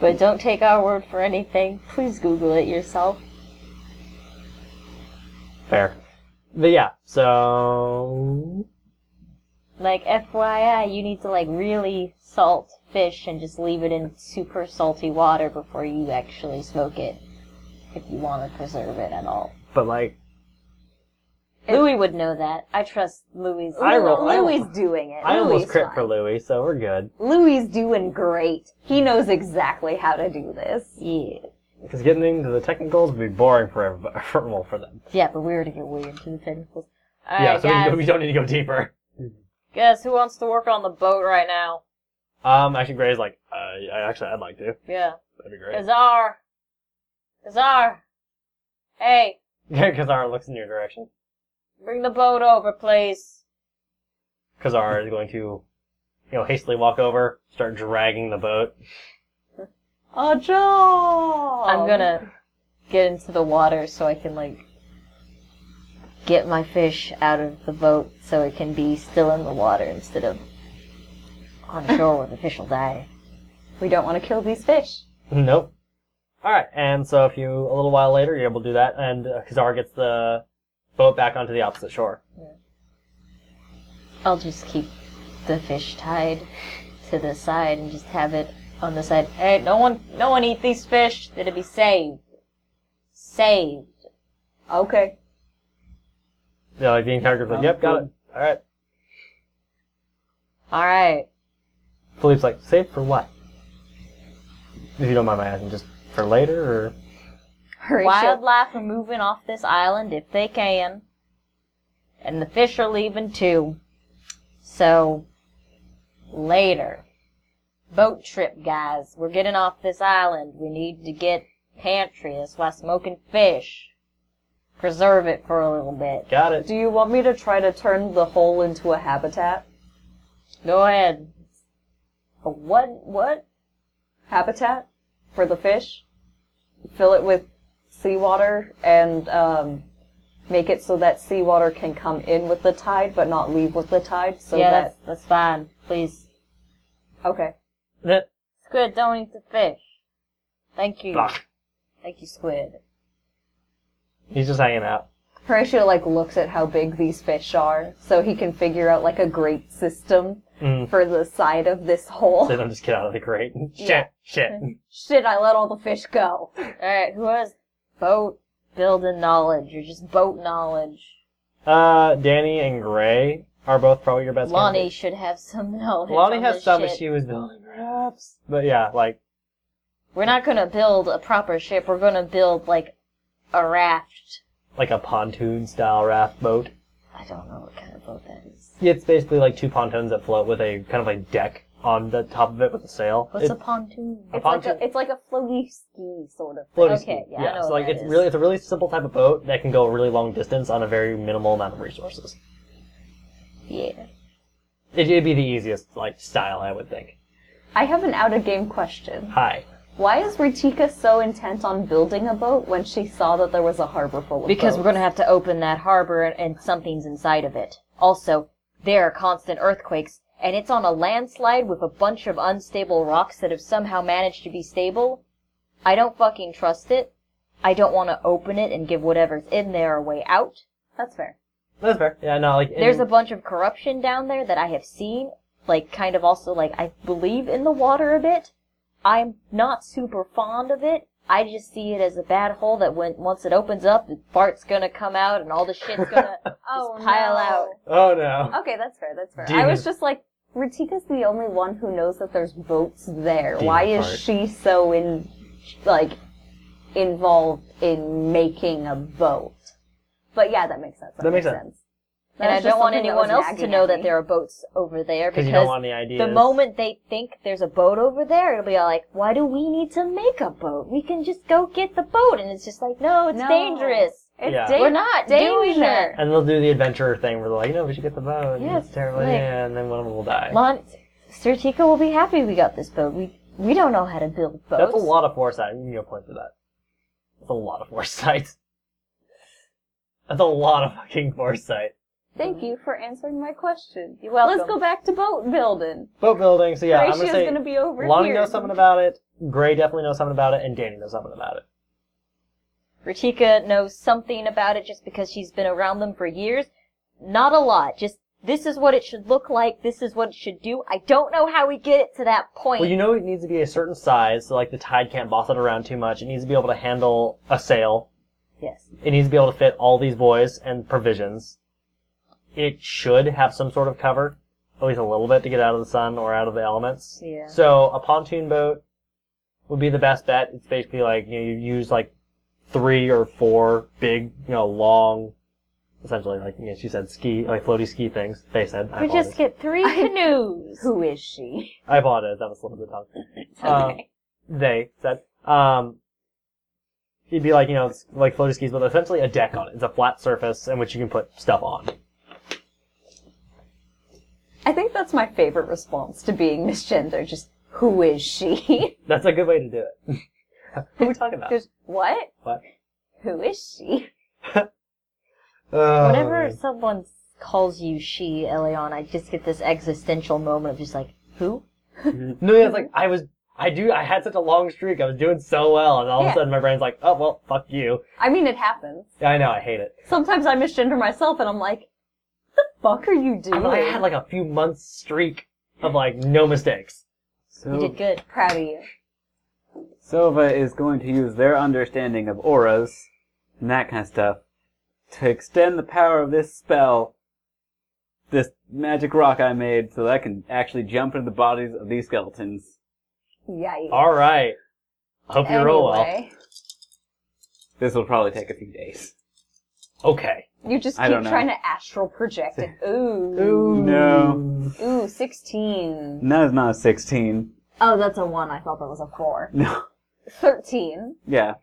S4: But don't take our word for anything. Please Google it yourself.
S5: Fair. But yeah, so
S4: Like FYI, you need to like really salt fish and just leave it in super salty water before you actually smoke it. If you want to preserve it at all.
S5: but like
S4: Louis would know that. I trust Louis.
S5: I roll- I
S7: Louis doing it.
S5: I
S7: Louis
S5: almost crit
S7: fine.
S5: for Louis, so we're good.
S7: Louis doing great. He knows exactly how to do this.
S4: Yeah.
S5: Because getting into the technicals would be boring for everybody, *laughs* for, well, for them.
S4: Yeah, but we were to get way into the technicals. Alright,
S5: yeah, so we,
S4: guys.
S5: we don't need to go deeper.
S4: Guess who wants to work on the boat right now?
S5: Um, actually, Gray's like, uh, I- actually, I'd like to.
S4: Yeah.
S5: That'd be great.
S4: Kazar. Kazar. Hey,
S5: *laughs* Kazar looks in your direction.
S4: bring the boat over, please.
S5: Kazar is going to, you know, hastily walk over, start dragging the boat.
S7: A job.
S4: I'm gonna get into the water so I can, like, get my fish out of the boat so it can be still in the water instead of on shore where the fish will die.
S7: We don't want to kill these fish.
S5: Nope. All right, and so if you a little while later you're able to do that, and uh, Kazar gets the boat back onto the opposite shore.
S4: I'll just keep the fish tied to the side and just have it on the side. Hey, no one, no one eat these fish. That'll be saved. Saved.
S7: Okay.
S5: You know, like the character's like, "Yep, got it." All right.
S4: All right.
S5: Philippe's like, "Saved for what?" If you don't mind my asking, just for later, or
S7: Horatio.
S4: Wildlife are moving off this island if they can, and the fish are leaving too. So later, boat trip, guys. We're getting off this island. We need to get pantry. That's why smoking fish. Preserve it for a little bit.
S5: got it.
S7: Do you want me to try to turn the hole into a habitat?
S4: Go ahead. But What? What?
S7: Habitat for the fish? Fill it with seawater and um, make it so that seawater can come in with the tide but not leave with the tide. So
S4: yeah,
S7: that
S4: that's, that's fine. Please.
S7: okay.
S5: That
S4: Squid, don't eat the fish. Thank you.
S5: Ugh.
S4: Thank you, Squid.
S5: he's just hanging out.
S7: Horatio like looks at how big these fish are, so he can figure out like a great system
S5: Mm.
S7: for the side of this hole.
S5: *laughs* They don't just get out of the *laughs* crate. shit,
S7: Yeah.
S5: shit.
S7: Shit! I let all the fish go.
S4: Alright, who has boat building knowledge or just boat knowledge?
S5: Uh, Danny and Gray are both probably your best.
S4: Lonnie
S5: candidates.
S4: should have some *laughs* knowledge.
S5: Lonnie
S4: on
S5: has
S4: this
S5: some,
S4: shit.
S5: but she was building rafts. But yeah, like
S4: We're not gonna build a proper ship, we're gonna build like a raft.
S5: like a pontoon style raft boat.
S4: I don't know what kind of boat that is.
S5: It's basically like two pontoons that float with a kind of like deck on the top of it with a sail.
S4: What's
S5: It-
S4: a pontoon?
S5: A
S3: It's like
S5: pontoon-
S3: a it's like a floaty ski sort of thing.
S5: floating
S4: okay,
S5: ski.
S4: yeah, I know
S5: so
S4: what
S5: like
S4: that
S5: it's
S4: is.
S5: really it's a really simple type of boat that can go a really long distance on a very minimal amount of resources.
S4: Yeah.
S5: It, it'd be the easiest like style, I would think.
S3: I have an out of game question.
S5: Hi.
S3: Why is Ritika so intent on building a boat when she saw that there was a harbor full of
S4: Because we're
S3: boats?
S4: going to have to open that harbor and, and something's inside of it. Also, there are constant earthquakes, and it's on a landslide with a bunch of unstable rocks that have somehow managed to be stable. I don't fucking trust it. I don't want to open it and give whatever's in there a way out.
S3: That's fair.
S5: That's fair. Yeah, no, like
S4: There's a
S5: and-
S4: bunch of corruption down there that I have seen, like kind of also like I believe in the water a bit. I'm not super fond of it. I just see it as a bad hole that when once it opens up, the fart's gonna come out and all the shit's
S3: *laughs*
S4: gonna
S3: Oh,
S4: pile
S3: no.
S4: out.
S5: Oh no.
S3: Okay, that's fair. That's fair.
S5: Do you
S3: I was
S5: have-
S3: just like, Ritika's the only one who knows that there's boats there.
S5: Do you
S3: Why
S5: have
S3: is
S5: heart?
S3: she so in, like, involved in making a boat? But yeah, that makes sense.
S5: That makes sense.
S3: That
S4: And I
S3: was just
S4: don't want
S3: something that
S4: anyone
S3: was
S4: else to
S3: nagging
S4: know
S3: at
S4: that
S3: me.
S4: there are boats over there
S5: Because you don't
S4: because
S5: want the idea.
S4: the moment they think there's a boat over there, it'll be all like, "Why do we need to make a boat? We can just go get the boat." And it's just like, "No, it's
S3: No.
S4: dangerous.
S3: It's
S5: Yeah.
S3: da-
S4: We're not
S3: doing
S4: dangerous."
S3: that.
S5: and they'll do the adventure thing where they're like, no, we should get the boat.
S4: Yeah,
S5: Yeah, it's terrible.
S4: like-
S5: yeah, and then one of them will die.
S4: Mom, Sir Tika will be happy we got this boat. We we don't know how to build boats.
S5: That's a lot of foresight. You can get a point for that. That's a lot of *laughs* foresight. That's a lot of fucking foresight.
S3: Thank you for answering my question.
S4: You're welcome.
S3: Let's go back to boat building.
S5: Boat building. So yeah, I'm
S3: Horatio's
S5: gonna say
S3: gonna be over
S5: Lonnie
S3: here.
S5: knows something about it. Gray definitely knows something about it, and Danny knows something about it.
S4: Ratika knows something about it just because she's been around them for years. Not a lot. Just this is what it should look like. This is what it should do. I don't know how we get it to that point.
S5: Well, you know it needs to be a certain size, so like the tide can't boss it around too much. It needs to be able to handle a sail.
S4: yes.
S5: It needs to be able to fit all these boys and provisions. It should have some sort of cover, at least a little bit, to get out of the sun or out of the elements.
S4: Yeah.
S5: So a pontoon boat would be the best bet. It's basically like you know, you use like three or four big, you know, long, essentially like you know, she said, ski like floaty ski things. They said. I
S4: We
S5: apologize.
S4: just
S3: *laughs*
S4: get three canoes.
S3: Who is she?
S5: I apologize. That was a little
S3: *laughs*
S5: bit tongue. Um, they said. Um, it'd be like you know, it's like floaty skis, but essentially a deck on it. It's a flat surface in which you can put stuff on.
S3: I think that's my favorite response to being misgendered. Just who is she?
S5: That's a good way to do it. *laughs* Who are we talking about?
S3: Just what?
S5: What?
S3: Who is she?
S4: *laughs*
S5: Oh,
S4: Whenever
S1: Uh,
S4: someone calls you she, Elion, I just get this existential moment of just like, who?
S5: No, yeah, it's like I was. I do. I had such a long streak. I was doing so well, and all of
S3: Yeah.
S5: a sudden my brain's like, "Oh well, fuck you."
S3: I mean, it happens.
S5: Yeah, I know. I hate it.
S3: Sometimes I misgender myself, and I'm like, "The fuck are you
S5: I,
S3: doing?"
S5: mean, I had like a few months streak of like no mistakes.
S1: So,
S4: You did good.
S3: proud of you.
S1: Silva is going to use their understanding of auras and that kind of stuff to extend the power of this spell, this magic rock I made, so that I can actually jump into the bodies of these skeletons.
S3: Yikes.
S5: All right. I hope you roll well.
S3: Anyway,
S1: This will probably take a few days.
S5: Okay.
S3: you just
S1: I
S3: keep
S1: don't know.
S3: trying to astral
S1: *laughs*
S3: project it. Ooh,
S1: Ooh. No.
S3: ooh, sixteen.
S1: No, it's not a 16.
S3: Oh, that's a one. I thought that was a four.
S1: *laughs* No.
S3: Thirteen.
S1: Yeah.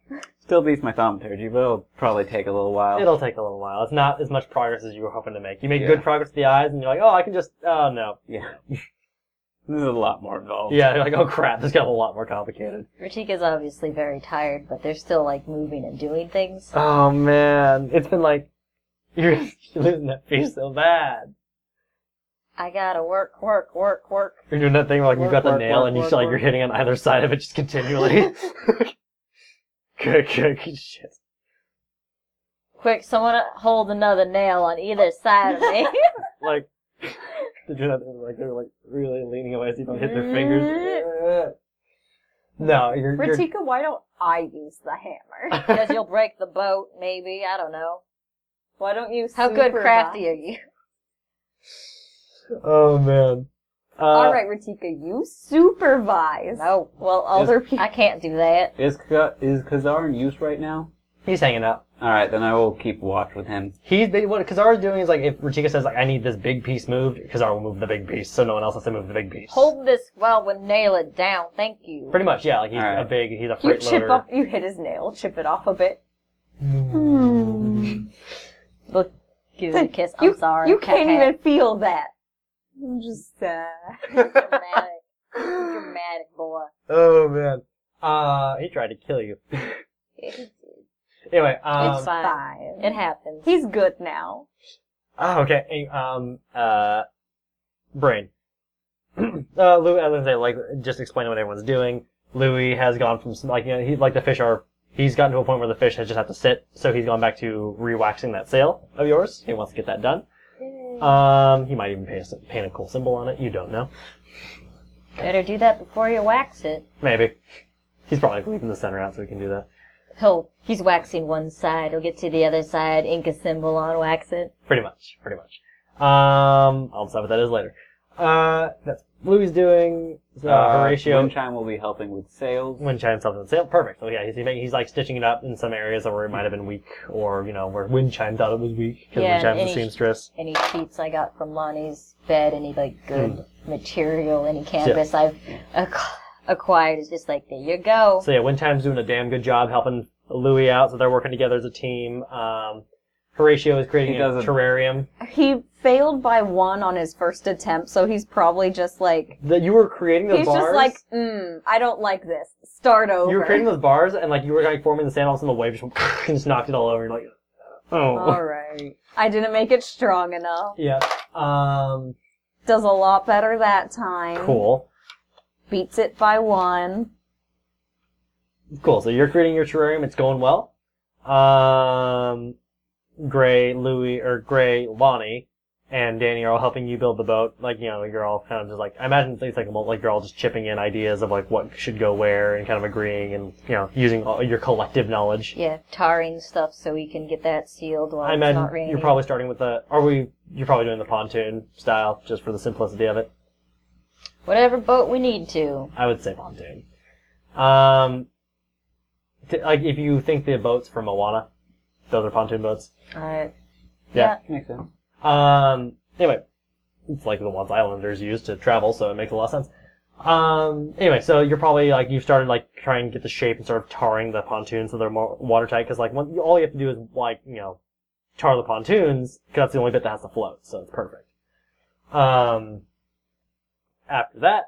S1: Still beats my thaumaturgy, but it'll probably take a little while.
S5: It'll take a little while. It's not as much progress as you were hoping to make. You make
S1: Yeah.
S5: good progress with the eyes, and you're like, "Oh, I can just." Oh no.
S1: Yeah. *laughs* this is a lot more involved.
S5: Yeah. You're like, "Oh crap, this got a lot more complicated."
S4: Ratika's obviously very tired, but they're still like moving and doing things.
S5: Oh man, it's been like *laughs* you're losing that face so bad.
S4: I gotta work, work, work, work.
S5: You're doing that thing where like you've
S1: Work,
S5: got the
S1: work,
S5: nail
S1: work,
S5: and you
S1: work,
S5: feel like
S1: work.
S5: you're hitting on either side of it
S1: *laughs*
S5: just continually. *laughs* good, good, good shit.
S4: Quick, someone hold another nail on either side of me.
S5: Like they're doing that thing, like they're like really leaning away so you don't hit their fingers. No, you're, you're
S3: Ratika, why don't I use the
S1: *laughs*
S3: hammer?
S4: because you'll break the boat, maybe. I don't know.
S3: Why don't you?
S4: How good
S3: supervi-
S4: crafty are you?
S5: Oh man. Uh,
S3: All right, Ratika, you supervise.
S4: No.
S3: Well, other people.
S4: I can't do that.
S1: Is Ka- is Kazar in use right now?
S5: He's hanging out.
S1: All right, then I will keep watch with him.
S5: He, they, what Kazara's doing is like if Rutika says like I need this big piece moved, Kazara will move the big piece, so no one else has to move the big piece.
S4: Hold this while we nail it down. Thank you.
S5: Pretty much, yeah. Like he's
S1: Alright.
S5: a big, he's a
S3: You
S5: freight
S3: chip
S5: loader.
S3: off, you hit his nail, chip it off a bit. Hmm.
S4: Look, give it a kiss. I'm
S3: you,
S4: sorry.
S3: You
S4: Cat,
S3: can't
S4: cat.
S3: even feel that. I'm just uh, *laughs*
S4: Dramatic, dramatic boy.
S5: *laughs* Oh man. Uh, he tried to kill you.
S4: It-
S5: Anyway, um,
S4: it's fine.
S3: fine.
S4: It happens.
S3: He's good now.
S5: Oh, okay. Hey, Um, uh, brain. *clears throat* uh, Louis, I was gonna say, like, just explain what everyone's doing. Louis has gone from, some- like, you know, he, like, the fish are, he's gotten to a point where the fish has just had to sit, so he's gone back to re-waxing that sail of yours. He wants to get that done. Um, he might even paint a, paint a cool symbol on it. You don't know.
S4: Better do that before you wax it.
S5: Maybe. He's probably leaving the center out so he can do that.
S4: He'll, he's waxing one side. He'll get to the other side. Ink a symbol on, wax it.
S5: Pretty much, pretty much. Um, I'll decide what that is later. Uh, that's Louis doing. Uh, Horatio.
S1: Windchime will be helping with sales.
S5: Wind chimes helps with sail. Perfect. So yeah, he's, he make- he's like stitching it up in some areas where it might have been weak, or you know where wind chime thought it was weak because
S4: Yeah,
S5: wind chime's
S4: and he-
S5: a seamstress.
S4: Any sheets I got from Lonnie's bed, any like good material, any canvas I've ac- acquired is just like, there you go.
S5: So yeah, wind chime's doing a damn good job helping Louis out. So they're working together as a team. Um, Horatio is creating
S1: He
S5: a
S1: doesn't-
S5: terrarium.
S3: He failed by one on his first attempt, so he's probably just like
S5: That you were creating those
S3: he's
S5: bars.
S3: just like, mm, I don't like this. Start over.
S5: you were creating those bars, and like you were like forming the sand, all of a sudden the wave just, *laughs* and just knocked it all over. You're like, oh.
S3: All right. I didn't make it strong enough.
S5: Yeah. Um.
S3: Does a lot better that time.
S5: Cool.
S3: Beats it by one.
S5: Cool. So you're creating your terrarium. It's going well. Um, Gray, Louie, or Gray, Lonnie, and Danny are all helping you build the boat. Like you know, you're all kind of just like I imagine things like a mul- like you're all just chipping in ideas of like what should go where and kind of agreeing and you know using all your collective knowledge.
S4: Yeah, tarring stuff so we can get that sealed while
S5: I
S4: it's not
S5: imagine
S4: raining.
S5: you're probably starting with the. Are we? You're probably doing the pontoon style just for the simplicity of it.
S4: Whatever boat we need to.
S5: I would say pontoon. Um, t- like if you think the boats from Moana, those are pontoon boats.
S4: Alright.
S5: Yeah.
S1: Makes sense.
S5: Um, anyway, it's like the ones islanders use to travel, so it makes a lot of sense. Um, anyway, so you're probably like you've started like trying to get the shape and sort of tarring the pontoons so they're more watertight because like one, all you have to do is like you know tar the pontoons because that's the only bit that has to float, so it's perfect. Um, after that,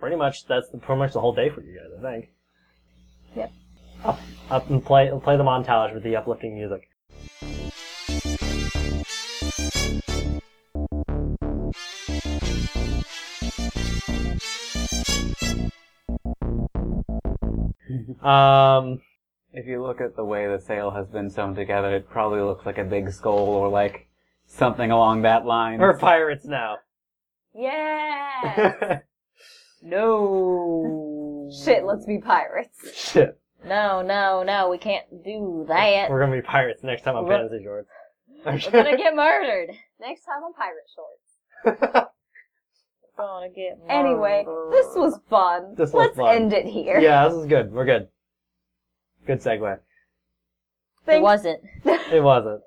S5: pretty much that's the, pretty much the whole day for you guys, I think.
S4: Yep.
S5: Up, up and play play the montage with the uplifting music. Um,
S1: If you look at the way the sail has been sewn together, it probably looks like a big skull or like something along that line.
S5: we're pirates now.
S3: Yeah. no. *laughs* Shit, let's be pirates.
S5: Shit.
S4: No, no, no, we can't do that.
S5: We're gonna be pirates next time on
S4: We're-
S5: Fantasy Shorts. I'm
S4: We're gonna get murdered.
S3: Next time on pirate shorts.
S4: We're gonna get murdered.
S3: Anyway, this was fun.
S5: This was
S3: let's
S5: fun.
S3: end it here.
S5: yeah, this is good. We're good. Good segue.
S4: It
S3: Thanks,
S4: wasn't.
S5: It wasn't.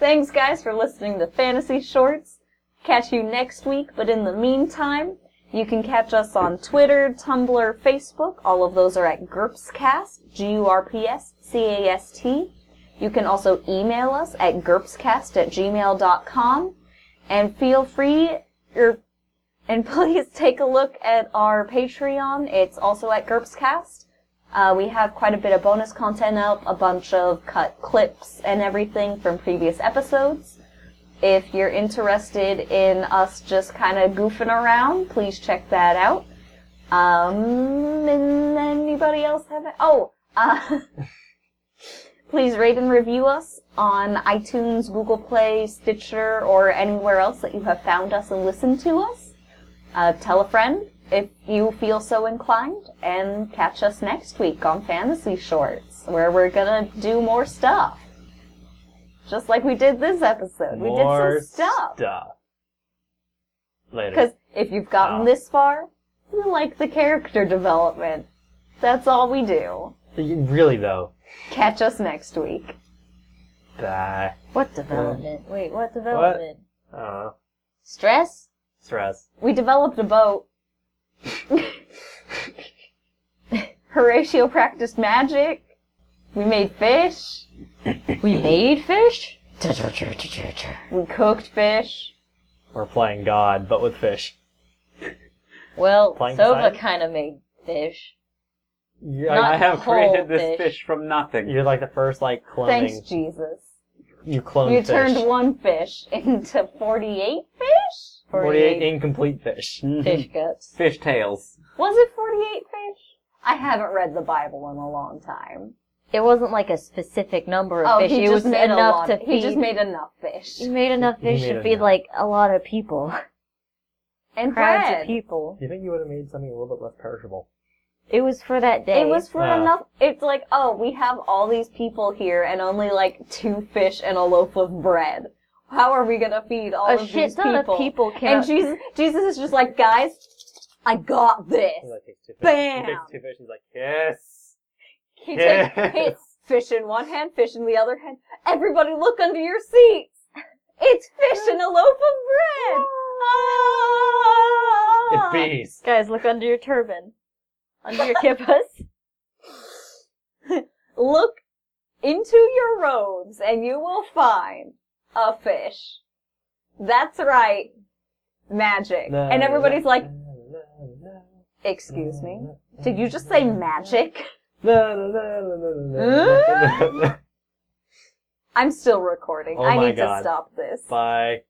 S3: *laughs* thanks guys for listening to Fantasy Shorts. Catch you next week, but in the meantime, you can catch us on Twitter, Tumblr, Facebook. All of those are at GURPScast, G-U-R-P-S-C-A-S-T. You can also email us at GURPScast at gmail.com. And feel free, or and *laughs* please take a look at our Patreon. It's also at GURPScast. Uh, we have quite a bit of bonus content up, a bunch of cut clips and everything from previous episodes. If you're interested in us just kind of goofing around, please check that out. Um, and anybody else have it? Oh, uh, *laughs* please rate and review us on iTunes, Google Play, Stitcher, or anywhere else that you have found us and listened to us. Uh, tell a friend if you feel so inclined, and catch us next week on Fantasy Shorts, where we're gonna do more stuff. Just like we did this episode. *laughs* We
S5: More
S3: did some stuff.
S5: stuff. Later. Oh.
S3: Because if you've gotten
S5: Wow.
S3: this far, you like the character development. That's all we do.
S5: You- Really though.
S3: Catch us next week.
S5: Bah.
S4: What development? Wait, what development?
S5: Uh,
S4: Stress?
S5: stress.
S3: We developed a boat. Horatio practiced magic. We made fish.
S4: We made fish?
S3: We cooked fish.
S5: We're playing God, but with fish.
S4: Well,
S5: Playing
S4: Sova
S5: side?
S4: kind of made fish.
S5: Yeah,
S4: Not
S1: I have
S4: whole
S1: created this
S4: fish.
S1: fish from nothing.
S5: You're like the first like cloning.
S3: Thanks, Jesus.
S5: You cloned
S3: You
S5: fish.
S3: turned one fish into 48 fish?
S5: 48 incomplete fish.
S3: Mm.
S4: Fish guts.
S1: Fish tails.
S3: Was it 48 fish? I haven't read the Bible in a long time.
S4: It wasn't like a specific number of fish.
S3: Oh, he
S4: It was
S3: just made a
S4: enough
S3: lot.
S4: to
S3: he just
S4: feed-
S3: made enough fish.
S4: He made enough
S5: He
S4: fish
S5: made
S4: to feed
S5: enough.
S4: like a lot of people, *laughs*
S3: And
S4: crowds
S3: bread.
S4: of people.
S5: You think you would have made something a little bit less perishable?
S4: It was for that day.
S3: It was for
S5: Yeah.
S3: enough. It's like, oh, we have all these people here and only like two fish and a loaf of bread. How are we gonna feed all
S4: a
S3: of these
S4: shit ton
S3: people?
S4: of people came.
S3: And Jesus, Jesus is just like, guys, I got this.
S5: He's like, takes two fish.
S3: Bam!
S5: He takes two fish. He's like, yes.
S3: He takes *laughs*
S5: Yes.
S3: his fish in one hand, fish in the other hand. Everybody, look under your seats. It's fish and a loaf of
S4: *laughs*
S3: bread.
S5: It
S3: Ah!
S5: bees.
S4: Guys, look under your turban, under *laughs* your kippas.
S3: look into your robes and you will find a fish. That's right. Magic. and everybody's like, excuse me? Did you just say magic? *laughs* I'm still recording.
S5: Oh
S3: I
S5: my
S3: need
S5: God.
S3: to stop this.
S5: Bye.